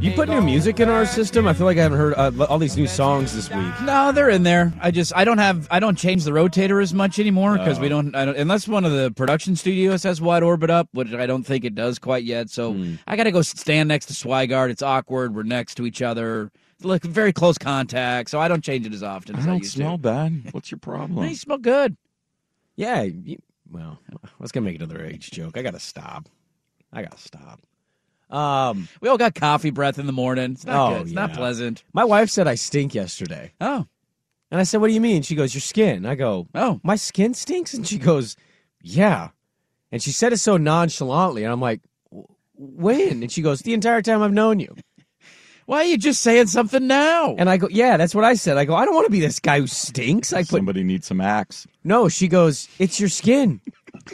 You put new music in our system. I feel like I haven't heard uh, all these new songs this week. No, they're in there. I just I don't have I don't change the rotator as much anymore because Oh. we don't, I don't unless one of the production studios has wide orbit up, which I don't think it does quite yet. So Hmm. I got to go stand next to Swigard. It's awkward. We're next to each other. Look, very close contact. So I don't change it as often. I as I don't used smell bad. What's your To. problem? They smell good. Yeah. You, well, I was gonna make another age joke. I gotta stop. I gotta stop. Um, we all got coffee breath in the morning. It's not Oh, good. It's not pleasant. My wife said I stink yesterday. Oh. And I said, "What do you mean?" She goes, "Your skin." I go, "Oh, my skin stinks." And she goes, "Yeah." And she said it so nonchalantly, and I'm like, "W- "When?" And she goes, "The entire time I've known you." Why are you just saying something now? And I go, "Yeah, that's what I said." I go, "I don't want to be this guy who stinks." I put somebody needs some axe. No, she goes, "It's your skin.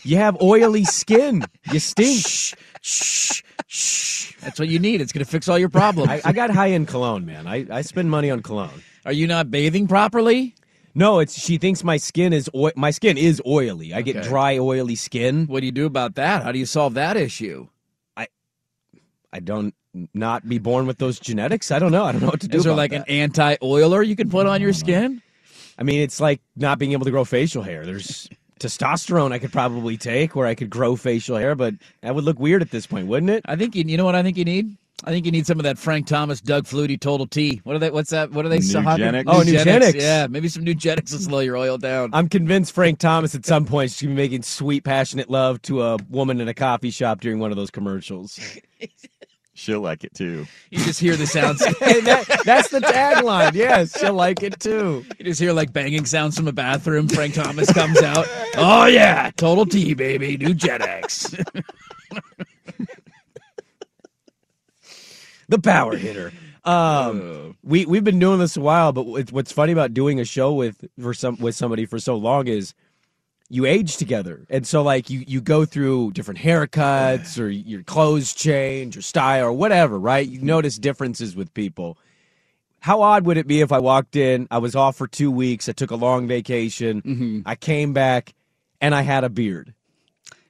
You have oily skin. You stink." Shh, shh, shh. That's what you need. It's going to fix all your problems. I, I got high end cologne, man. I, I spend money on cologne. Are you not bathing properly? No, it's she thinks my skin is oi- my skin is oily. I get Okay. dry, oily skin. What do you do about that? How do you solve that issue? I I don't not be born with those genetics. I don't know. I don't know what to do. Is there about like that. Mm. an anti oiler you can put on your skin? I mean, it's like not being able to grow facial hair. There's testosterone I could probably take where I could grow facial hair, but that would look weird at this point, wouldn't it? I think you, you know what I think you need. I think you need some of that Frank Thomas, Doug Flutie, Total T. What are they? What's that? What are they? so hot- Nugenics. Oh, Nugenics. Yeah, maybe some nugenics will slow your oil down. I'm convinced Frank Thomas at some point she's gonna be making sweet, passionate love to a woman in a coffee shop during one of those commercials. She'll like it too. You just hear the sounds. And that- that's the tagline. Yes, she'll like it too. You just hear like banging sounds from a bathroom. Frank Thomas comes out. Oh yeah, Total T, baby, nugenics. the power hitter. Um, we we've been doing this a while, but it's, what's funny about doing a show with for some with somebody for so long is you age together, and so like you you go through different haircuts or your clothes change or style or whatever, right? You notice differences with people. How odd would it be if I walked in, I was off for two weeks, I took a long vacation, I came back, and I had a beard.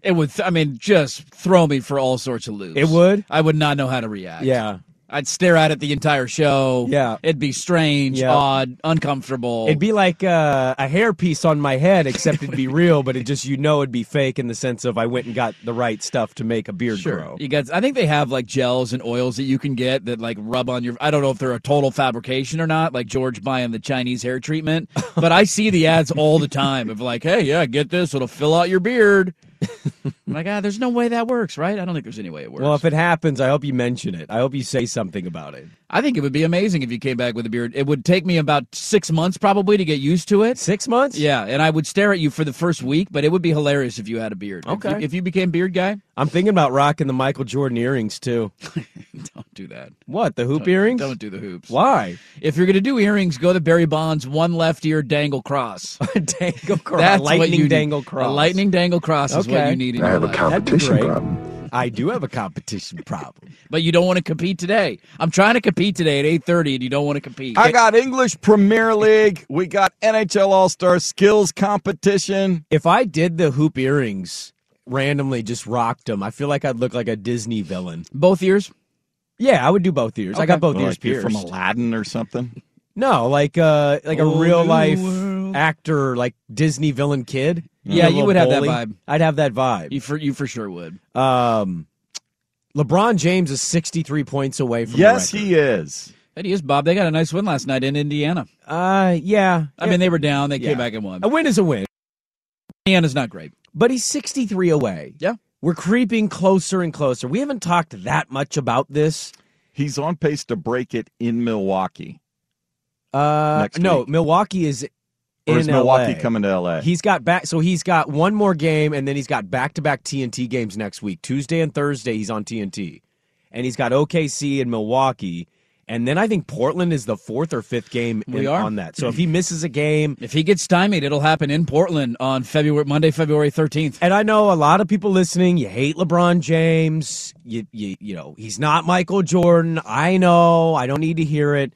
It would, I mean, just throw me for all sorts of loops. It would? I would not know how to react. Yeah. I'd stare at it the entire show. Yeah. It'd be strange, Yeah. odd, uncomfortable. It'd be like uh, a hairpiece on my head, except it'd be real, but it just you know it'd be fake in the sense of I went and got the right stuff to make a beard grow. You guys, I think they have like gels and oils that you can get that like rub on your. I don't know if they're a total fabrication or not, like George buying the Chinese hair treatment. But I see the ads all the time of like, hey, yeah, get this, it'll fill out your beard. I'm like, ah, there's no way that works, right? I don't think there's any way it works. Well, if it happens, I hope you mention it. I hope you say something about it. I think it would be amazing if you came back with a beard. It would take me about six months probably to get used to it. Six months? Yeah, and I would stare at you for the first week, but it would be hilarious if you had a beard. If you- Okay. If you, became beard guy, I'm thinking about rocking the Michael Jordan earrings too. don't do that. What the hoop Don't- earrings? Don't do the hoops. Why? If you're gonna do earrings, go to Barry Bonds, one left ear dangle cross. dangle cross. That's what lightning you need. dangle A cross. lightning dangle cross is what Okay. you need. In your I have a life. competition That'd be great. problem. I do have a competition problem. But you don't want to compete today. I'm trying to compete today at 8:30, and you don't want to compete. I got English Premier League. We got NHL All Star Skills Competition. If I did the hoop earrings randomly, just rocked them, I feel like I'd look like a Disney villain. Both ears? Yeah, I would do both ears. I got both Like ears you're pierced. from Aladdin or something. No, like uh like a Oh, real new life actor, like Disney villain kid. Yeah, A you would have little that bully. vibe. I'd have that vibe. You for you for sure would. Um, LeBron James is sixty three points away from. Yes, the he is. That is Bob. They got a nice win last night in Indiana. Uh, yeah. I mean, they were down. They Yeah. came back and won. A win is a win, Indiana's not great, but he's sixty three away. Yeah, we're creeping closer and closer. We haven't talked that much about this. He's on pace to break it in Milwaukee. Uh, Next no, week. Milwaukee is. Or is in Milwaukee LA. coming to LA? He's got back, so he's got one more game, and then he's got back-to-back TNT games next week, Tuesday and Thursday. He's on TNT, and he's got OKC and Milwaukee, and then I think Portland is the fourth or fifth game in- We are. on that. So if he misses a game, if he gets stymied, it'll happen in Portland on February Monday, February thirteenth. And I know a lot of people listening. You hate LeBron James. You you you know he's not Michael Jordan. I know. I don't need to hear it.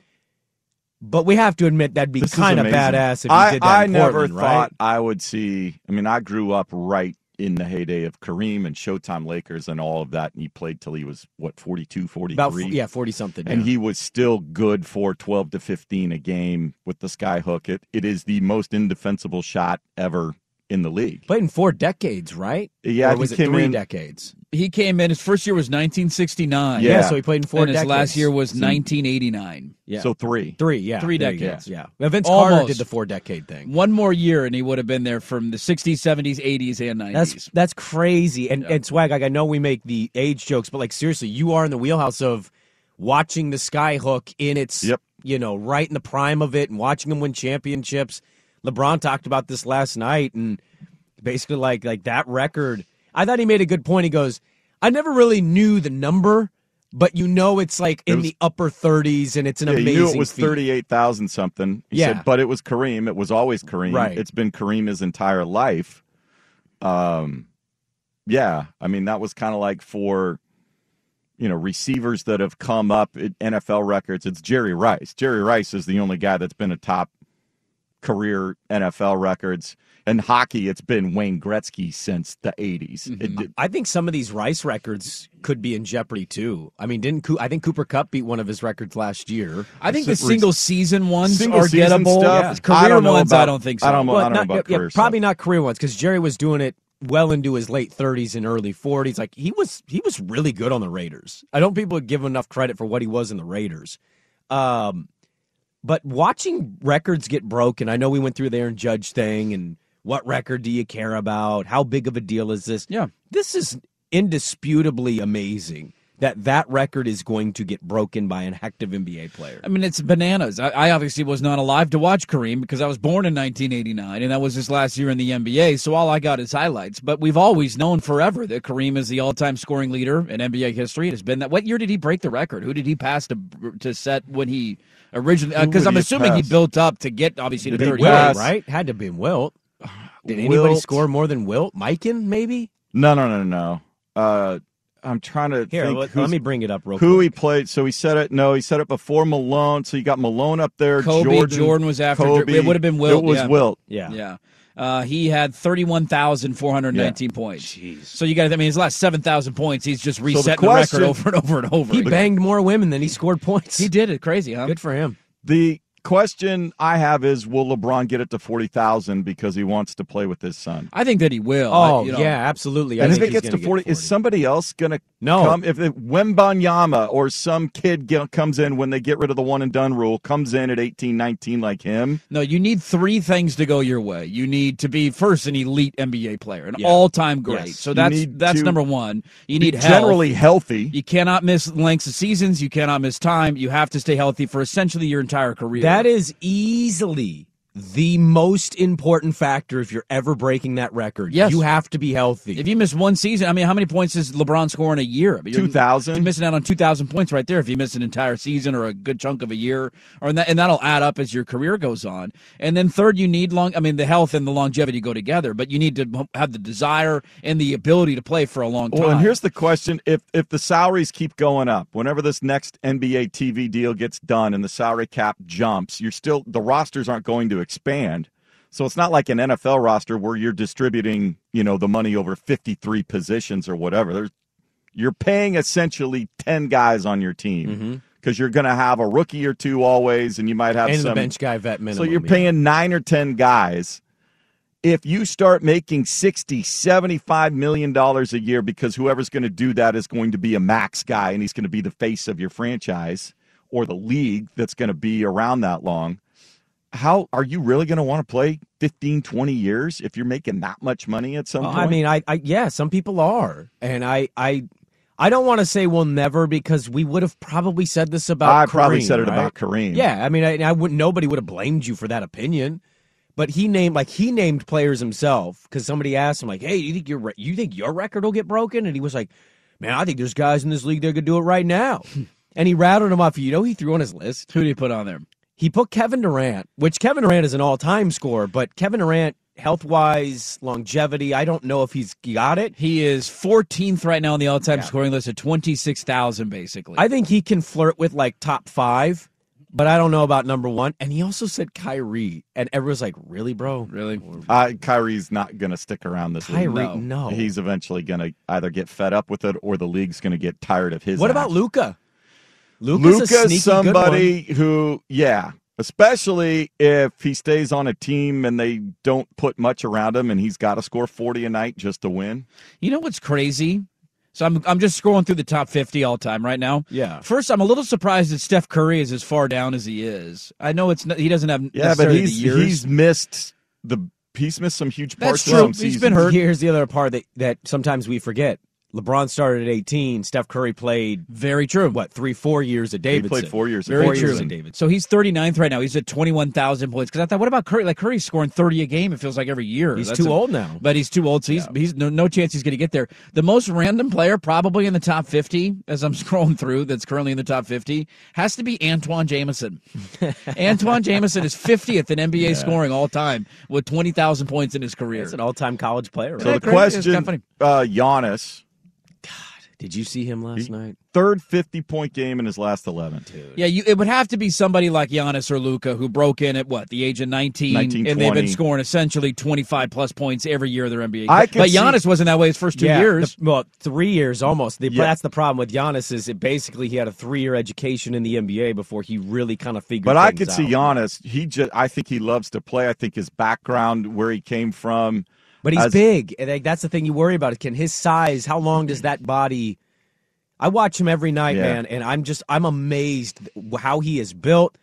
But we have to admit that'd be This is kind of amazing. badass if I, he did that. I in never Portland, right? thought I would see. I mean, I grew up right in the heyday of Kareem and Showtime Lakers and all of that, and he played till he was what 42, 43? About f- yeah, 40 something, and yeah. he was still good for twelve to fifteen a game with the sky hook. It it is the most indefensible shot ever in the league. Played in four decades, right? Yeah, Or he was it came three in- decades? He came in. His first year was 1969. Yeah. Yeah, so he played in four Uh, And his decades. Hmm. last year was So- 1989. Yeah. So three. Three, yeah, Three there you go. decades. Yeah, Now, Vince Carter Almost. did the four decade thing. One more year, and he would have been there from the 60s, 70s, 80s, and 90s. That's that's crazy. And and swag, like I know we make the age jokes, but like seriously, you are in the wheelhouse of watching the skyhook in its you know, right in the prime of it and watching them win championships. LeBron talked about this last night and basically like like that record. I thought he made a good point. He goes, I never really knew the number, but you know it's like in was- the upper thirties and it's an yeah, amazing he knew it was feat. thirty-eight thousand something. He Yeah. said, but it was Kareem. It was always Kareem. Right. It's been Kareem his entire life. Um, yeah. I mean, that was kind of like for you know receivers that have come up at NFL records. It's Jerry Rice. Jerry Rice is the only guy that's been a top career NFL records. In hockey, it's been Wayne Gretzky since the 80s Mm-hmm. It- it- I think some of these Rice records could be in jeopardy too. I mean, didn't Coo- I think Cooper Cup beat one of his records last year? I think the single season ones Single are season gettable. stuff, Career I don't know ones, I about- don't think so. Well, not- yeah, probably not career ones because Jerry was doing it well into his late 30s and early 40s. Like he was, he was really good on the Raiders. I don't think people give him enough credit for what he was in the Raiders. Um, but watching records get broken, I know we went through the Aaron Judge thing and what record do you care about? How big of a deal is this? Yeah. This is indisputably amazing that that record is going to get broken by an active NBA player. I mean, it's bananas. I, I obviously was not alive to watch Kareem because I was born in 1989, and that was his last year in the NBA. So all I got is highlights. But we've always known forever that Kareem is the all-time scoring leader in NBA history. It has been that. What year did he break the record? Who did he pass to to set when he originally? Who Because would I'm he assuming pass? he built up to get obviously to Big 30. Wilt, right? Had to be Wilt. Did anybody Wilt. score more than Wilt? Mikan, maybe? No, no, no, no. no. Uh, I'm trying to Here, think let- let who's- me bring it up real Who he played? So he said it. No, he said it before Malone. So you got Malone up there. Kobe, Jordan, Jordan, was after. Kobe. It would have been Wilt. It was yeah. Wilt. yeah. Uh, he had thirty-one thousand four hundred nineteen points. So you got. I mean, his last seven thousand points, he's just reset the, question- record over and over and over. He again. banged more women than he scored points. He did it. Crazy, huh? Good for him. The question I have is: Will LeBron get it to forty thousand because he wants to play with his son? I think that he will. Oh, I- you know. yeah, absolutely. and if it gets to 40, is somebody else going to come? If it, Wembanyama or some kid g- comes in when they get rid of the one and done rule, comes in at eighteen, nineteen like him, No, you need three things to go your way. You need to be first an elite NBA player, an all-time great. Yes. So You that's need that's to number one. You be need health. generally healthy. You cannot miss lengths of seasons. You cannot miss time. You have to stay healthy for essentially your entire career. That is easily the most important factor if you're ever breaking that record. Yes. You have to be healthy. If you miss one season, I mean, how many points does LeBron score in a year? 2,000? You're missing out on 2,000 points right there if you miss an entire season or a good chunk of a year. or And, that, and that'll add up as your career goes on. And then third, you need long, I mean, the health and the longevity go together, but you need to have the desire and the ability to play for a long time. Well, and here's the question: if if the salaries keep going up, whenever this next NBA TV deal gets done and the salary cap jumps, you're still the rosters aren't going to expand. So it's not like an NFL roster where you're distributing, you know, the money over 53 positions or whatever. There's, you're paying essentially 10 guys on your Mm-hmm. team because you're going to have a rookie or two always, and you might have and some the bench guy vet minimum. so you're yeah. paying nine or 10 guys. If you start making 60, 75 million dollars a year because whoever's going to do that is going to be a max guy and he's going to be the face of your franchise or the league that's going to be around that long, how are you really going to want to play 15, 20 years if you're making that much money at some Well, point? I mean, I, I yeah, some people are, and I I I don't want to say we'll never because we would have probably said this about. I probably Kareem, said it right? about Kareem. Yeah, I mean, I, I would nobody would have blamed you for that opinion, but he named like he named players himself because somebody asked him like, "Hey, you think your re- you think your record will get broken?" And he was like, "Man, I think there's guys in this league that could do it right now." and he rattled him off. You know, who he threw on his list. Who did he put on there? He put Kevin Durant, which Kevin Durant is an all-time scorer, but Kevin Durant, health-wise, longevity, I don't know if he's got it. He is 14th right now on the all-time scoring list at 26,000, basically. I think he can flirt with like top five, but I don't know about number one. And he also said Kyrie, and everyone's like, "Really, bro? Really?" Uh, Kyrie's not going to stick around this league. Kyrie, no. He's eventually going to either get fed up with it or the league's going to get tired of his. What about act. Luca? Luca's somebody who, yeah, especially if he stays on a team and they don't put much around him and he's got to score 40 a night just to win. You know what's crazy? So I'm I'm just scrolling through the top 50 all time right now. Yeah. First, I'm a little surprised that Steph Curry is as far down as he is. I know it's not, he doesn't have Yeah, but necessarily he's, the years. he's missed the he's missed some huge That's parts true. of some He's season. Here's the other part that, that sometimes we forget. LeBron started at 18. Steph Curry played very true. What three, four years at Davidson? played four years at Very Davidson. true. Davidson. So he's 39th right now. He's at 21,000 points. Because I thought, what about Curry? Like Curry's scoring 30 a game. It feels like every year. He's That's too a- old now. But he's too old, so he's, he's no, no chance he's going to get there. The most random player, probably in the top 50, as I'm scrolling through, that's currently in the top 50, has to be Antoine Jameson. Antoine Jameson is 50th in NBA scoring all time with 20,000 points in his career. That's an all time college player. So the question, uh, Giannis, Did you see him last night? third 50 point game in his last 11. Dude. Yeah, you, it would have to be somebody like Giannis or Luca who broke in at what the age of 19, 19, and they've been 20. scoring essentially 25 plus points every year of their NBA. I could but see- Giannis wasn't that way his first two Yeah, years. the- well, three years almost. The, Yeah. That's the problem with Giannis is it basically he had a three year education in the NBA before he really kind of figured. But I things could see out. Giannis. He just, I think he loves to play. I think his background, where he came from. But he's as- big, and like, that's the thing you worry about. is Can his size? How long does that body? I watch him every night, Yeah. man, and I'm just I'm amazed how he is built,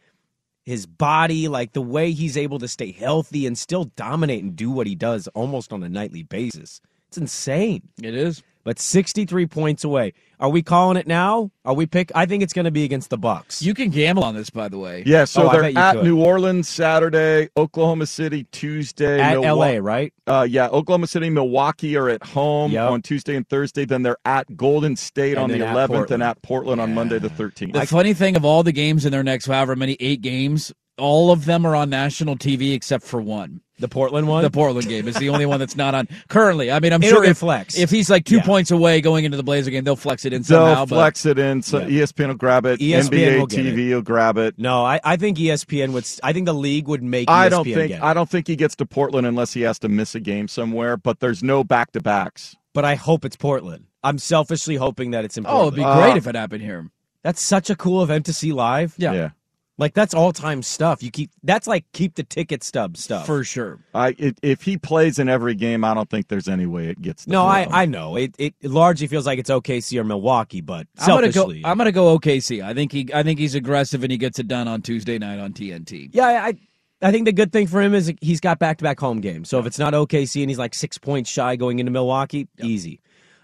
his body, like the way he's able to stay healthy and still dominate and do what he does almost on a nightly basis. It's insane. It is. But 63 points away. Are we calling it now? Are we pick? I think it's going to be against the Bucks. You can gamble on this, by the way. Yeah, so Oh, I they're bet you at could. New Orleans Saturday, Oklahoma City Tuesday, At Milwa- LA, right? Uh, yeah, Oklahoma City, Milwaukee are at home Yep. on Tuesday and Thursday. Then they're at Golden State And on the then at 11th Portland. and at Portland on Monday the 13th. The funny thing of all the games in their next however many eight games, all of them are on national TV except for one. The Portland one. The Portland game is the only one that's not on currently. I mean, I'm It'll sure get if flexed. if he's like two points away going into the Blazer game, they'll flex it in They'll somehow. but- flex it in. So E ESPN will grab it. ESPN NBA will get E TV will grab it. No, I, I think ESPN would. s- I think the league would make. E I don't ESPN think get it. I don't think he gets to Portland unless he has to miss a game somewhere. But there's no back to backs. but I hope it's Portland. I'm selfishly hoping that it's in Portland. Oh, it'd be great if it happened here. That's such a cool event to see live. Yeah. Yeah. Like that's all time stuff. You keep that's like keep the ticket stub stuff. For sure. I it, if he plays in every game, I don't think there's any way it gets. To No, I, Portland. I know. It it largely feels like it's OKC or Milwaukee, but I'm gonna selfishly. go. I'm gonna go OKC. I think he. I think he's aggressive and he gets it done on Tuesday night on TNT. yeah, I I think the good thing for him is he's got back to back home games. So if it's not OKC and he's like six points shy going into Milwaukee, easy.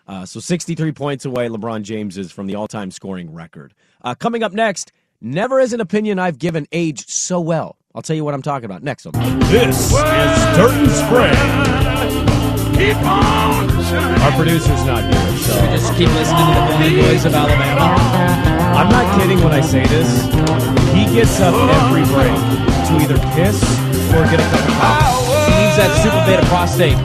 Uh, so 63 points away, LeBron James is from the all time scoring record. Uh, coming up next, never is an opinion I've given aged so well. I'll tell you what I'm talking about next. On- This is Dirt and Spray. Keep on Our producer's not here, so just keep listening to the Blind Boys of Alabama. I'm not kidding when I say this. He gets up every break to either piss or get a cup of coffee. He needs that super beta prostate.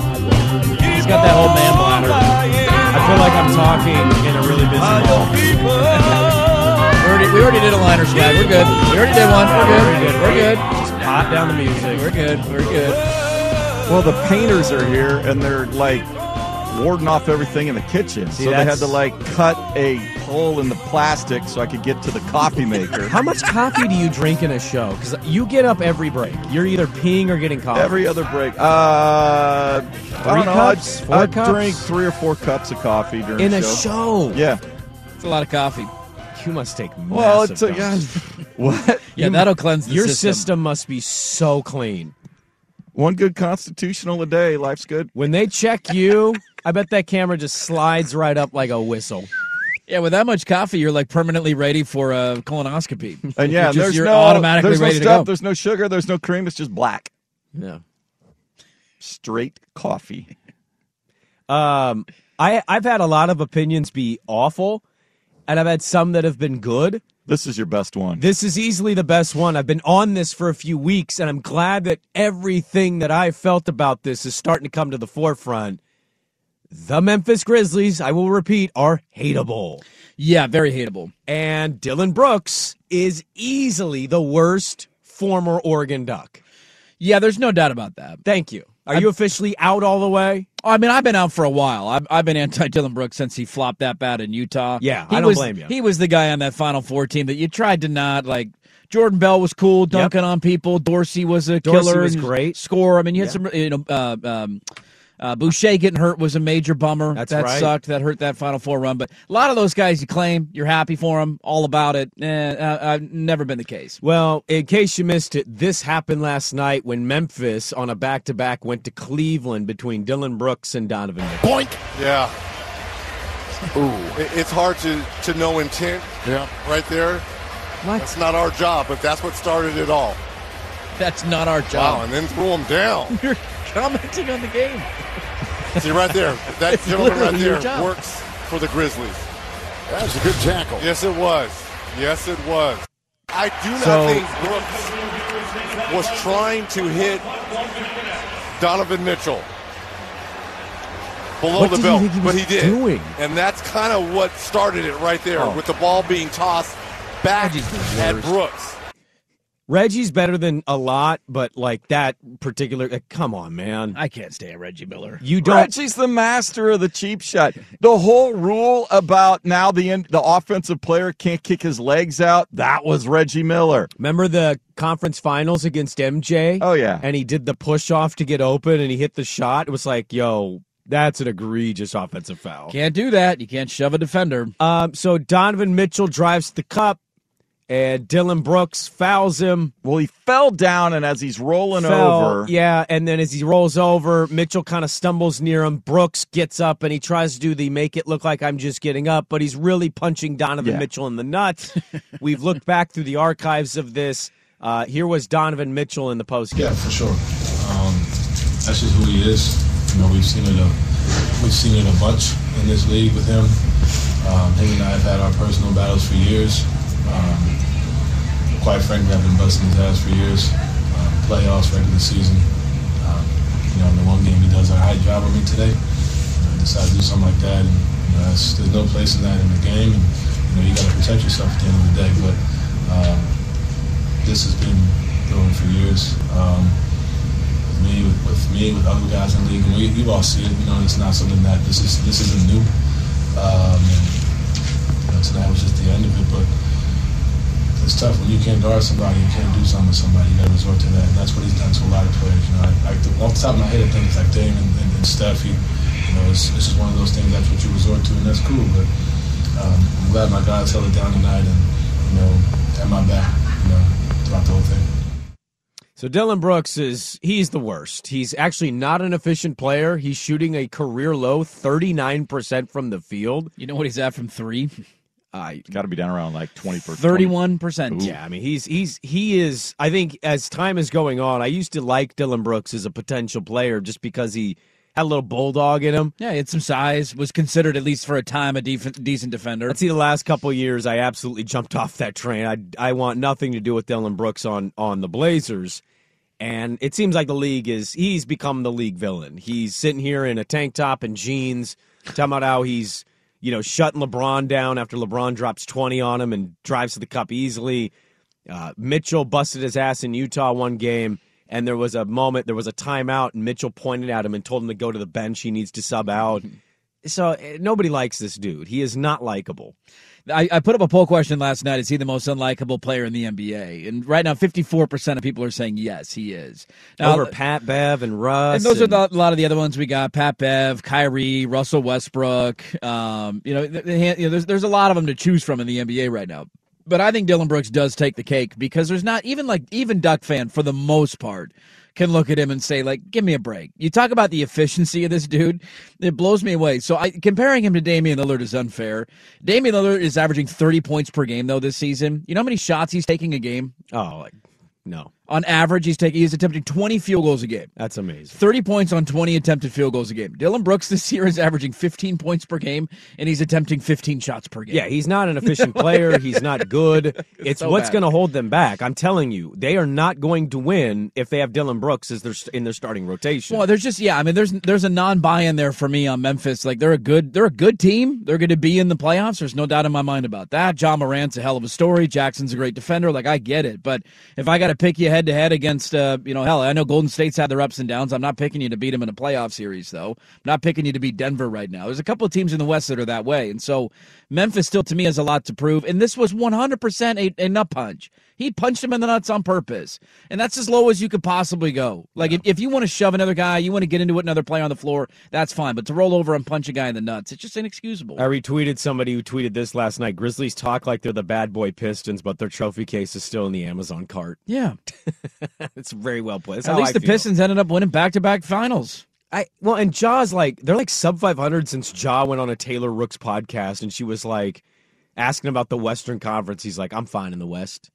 He's got that old man bladder. I feel like I'm talking in a really busy mall. We already, we already did a liner slide. We're good. We already did one. We're good. We're good. Just pop down the music. We're good. We're good. Well, the painters are here and they're like warding off everything in the kitchen. See, so they had that's- to like cut a hole in the plastic so I could get to the coffee maker. How much coffee do you drink in a show? Because you get up every break. You're either peeing or getting coffee. Every other break. Uh, I Three don't know. I'd- cups? Four I'd cups? drink three or four cups of coffee during in a show. show. Yeah. It's a lot of coffee. You must take massive Well, it's a, dumps. what? Yeah, that'll cleanse the Your system. must be so clean. One good constitutional a day, life's good. When they check you, I bet that camera just slides right up like a whistle. Yeah, with that much coffee, you're like permanently ready for a colonoscopy. And You're yeah, just- there's you're no automatically there's no ready stuff, to go. there's no sugar, there's no cream, it's just black. Yeah. Straight coffee. Um, I I've had a lot of opinions be awful, and I've had some that have been good. This is your best one. This is easily the best one. I've been on this for a few weeks, and I'm glad that everything that I felt about this is starting to come to the forefront. The Memphis Grizzlies, I will repeat, are hateable. Yeah, very hateable. And Dylan Brooks is easily the worst former Oregon Duck. Yeah, there's no doubt about that. Thank you. Are you officially out all the way? I mean, I've been out for a while. I've, I've been anti Dylan Brooks since he flopped that bad in Utah. Yeah, he I don't was, blame you. He was the guy on that Final Four team that you tried to not like. Jordan Bell was cool, dunking on people. Dorsey was a Dorsey killer. was and great. scorer. I mean, you had Yeah. some. You know, uh, um, uh, Boucher getting hurt was a major bummer. That's that right. sucked. That hurt that Final Four run. But a lot of those guys you claim you're happy for them, all about it. Eh, uh, I've never been the case. Well, in case you missed it, this happened last night when Memphis on a back to back went to Cleveland between Dylan Brooks and Donovan Mitchell. Boink! Yeah. Ooh. It's hard to, to know intent Yeah. right there. That's not our job, but that's what started it all. That's not our job. Wow, and then threw him down. You're commenting on the game. See, right there. That It's gentleman right literally your there job. works for the Grizzlies. That was a good tackle. Yes, it was. Yes, it was. I do not So- think Brooks was trying to hit Donovan Mitchell below What did the he belt, think he but was he did. doing? And that's kind of what started it right there Oh. with the ball being tossed back at Brooks. Reggie's better than a lot, but like that particular. like, come on, man. I can't stand Reggie Miller. You don't. Reggie's the master of the cheap shot. The whole rule about now the in, the offensive player can't kick his legs out. That was Reggie Miller. Remember the conference finals against MJ? Oh, yeah. And he did the push off to get open and he hit the shot. It was like, yo, that's an egregious offensive foul. Can't do that. You can't shove a defender. Um, so Donovan Mitchell drives to the cup and Dylan Brooks fouls him. Well, he fell down, and as he's rolling Fell, over, Yeah, and then as he rolls over, Mitchell kind of stumbles near him. Brooks gets up and he tries to do the make it look like I'm just getting up, but he's really punching Donovan Yeah. Mitchell in the nuts. We've looked back through the archives of this. Uh, here was Donovan Mitchell in the post game. Yeah, for sure. Um, that's just who he is. You know, we've seen it a we've seen it a bunch in this league with him. Um, him and I have had our personal battles for years. Um, quite frankly, I've been busting his ass for years. Um, playoffs, regular season. Um, you know, in the one game he does a high job on me today. You know, I decide to do something like that, and you know, that's, there's no place in that in the game. And you know, you got to protect yourself at the end of the day. But um, this has been going for years. Um, with me, with, with me, with other guys in the league, and we, you all see it. You know, it's not something that this is this isn't new. Um, and, you know, tonight was just the end of it, but it's tough when you can't guard somebody, you can't do something to somebody. You got to resort to that, and that's what he's done to a lot of players. You know, I, I, off the top of my head, I think it's like Dame and, and, and Steph. He, you know, it's, it's just one of those things. That's what you resort to, and that's cool. But um, I'm glad my guys held it down tonight, and you know, had my back, you know, throughout the whole thing. So Dylan Brooks is he's the worst. He's actually not an efficient player. He's shooting a career low 39% from the field. You know what he's at from 3? Uh, got to be down around like 20 per 31 percent. Yeah, I mean he's he's he is I think as time is going on, I used to like Dylan Brooks as a potential player just because he had a little bulldog in him. Yeah, he had some size, was considered at least for a time a def- decent defender. I'd see the last couple of years I absolutely jumped off that train. I I want nothing to do with Dylan Brooks on on the Blazers. And it seems like the league is he's become the league villain. He's sitting here in a tank top and jeans, talking about how he's, you know, shutting LeBron down after LeBron drops 20 on him and drives to the cup easily. Uh, Mitchell busted his ass in Utah one game, and there was a moment, there was a timeout, and Mitchell pointed at him and told him to go to the bench. He needs to sub out. So eh, nobody likes this dude. He is not likable. I, I put up a poll question last night. Is he the most unlikable player in the NBA? And right now, 54% of people are saying yes, he is. Now, uh, Over Pat Bev and and Russ. those are the, a lot of the other ones we got: Pat Bev, Kyrie, Russell Westbrook. Um, you know, th- th- you know, there's there's a lot of them to choose from in the NBA right now. But I think Dylan Brooks does take the cake because there's not even like even Duck fan for the most part can look at him and say like, give me a break. You talk about the efficiency of this dude, it blows me away. So I comparing him to Damian Lillard is unfair. Damian Lillard is averaging 30 points per game though this season. You know how many shots he's taking a game? Oh, like no. On average, he's taking he's attempting 20 field goals a game. That's amazing. 30 points on 20 attempted field goals a game. Dylan Brooks this year is averaging 15 points per game, and he's attempting 15 shots per game. Yeah, he's not an efficient player. He's not good. It's So what's bad. going to hold them back. I'm telling you, they are not going to win if they have Dylan Brooks as their in their starting rotation. Well, there's just yeah. I mean, there's there's a non-buy in there for me on Memphis. Like they're a good they're a good team. They're going to be in the playoffs. There's no doubt in my mind about that. John Morant's a hell of a story. Jackson's a great defender. Like I get it, but if I got to pick you head to head against, uh, you know, hell, I know Golden State's had their ups and downs. I'm not picking you to beat them in a playoff series though. I'm not picking you to beat Denver right now. There's a couple of teams in the West that are that way, and so Memphis still to me has a lot to prove. And this was 100% a, a nut punch. He punched him in the nuts on purpose. And that's as low as you could possibly go. Like, if, if you want to shove another guy, you want to get into it, another player on the floor, that's fine. But to roll over and punch a guy in the nuts, it's just inexcusable. I retweeted somebody who tweeted this last night. Grizzlies talk like they're the bad boy Pistons, but their trophy case is still in the Amazon cart. Yeah. it's very well put. That's At how least I the feel. Pistons ended up winning back to back finals. I well, and Jaw's like they're like sub 500 since Jaw went on a Taylor Rooks podcast, and she was like asking about the Western Conference. He's like, I'm fine in the West.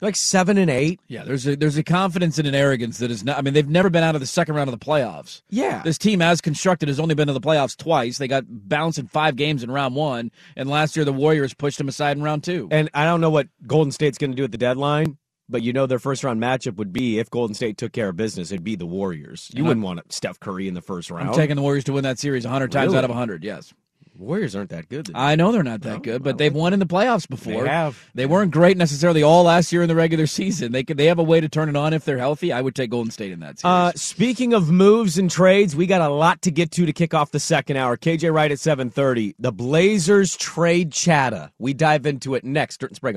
They're like seven and eight. Yeah, there's a there's a confidence and an arrogance that is not. I mean, they've never been out of the second round of the playoffs. Yeah. this team, as constructed, has only been to the playoffs twice. They got bounced in five games in round one, and last year the Warriors pushed them aside in round two. And I don't know what Golden State's going to do at the deadline, but you know their first round matchup would be if Golden State took care of business, it'd be the Warriors. You And wouldn't want Steph Curry in the first round. I'm taking the Warriors to win that series 100 times Really? out of 100. Yes. Warriors aren't that good. I know they're not that good, but they've won in the playoffs before. They have. They weren't great necessarily all last year in the regular season. They could they have a way to turn it on if they're healthy. I would take Golden State in that series. Uh, speaking of moves and trades, we got a lot to get to to kick off the second hour. KJ Wright at 7:30. The Blazers trade chatter. We dive into it next. Dirt and Spring.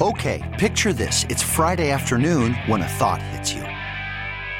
Okay, picture this. It's Friday afternoon when a thought hits you.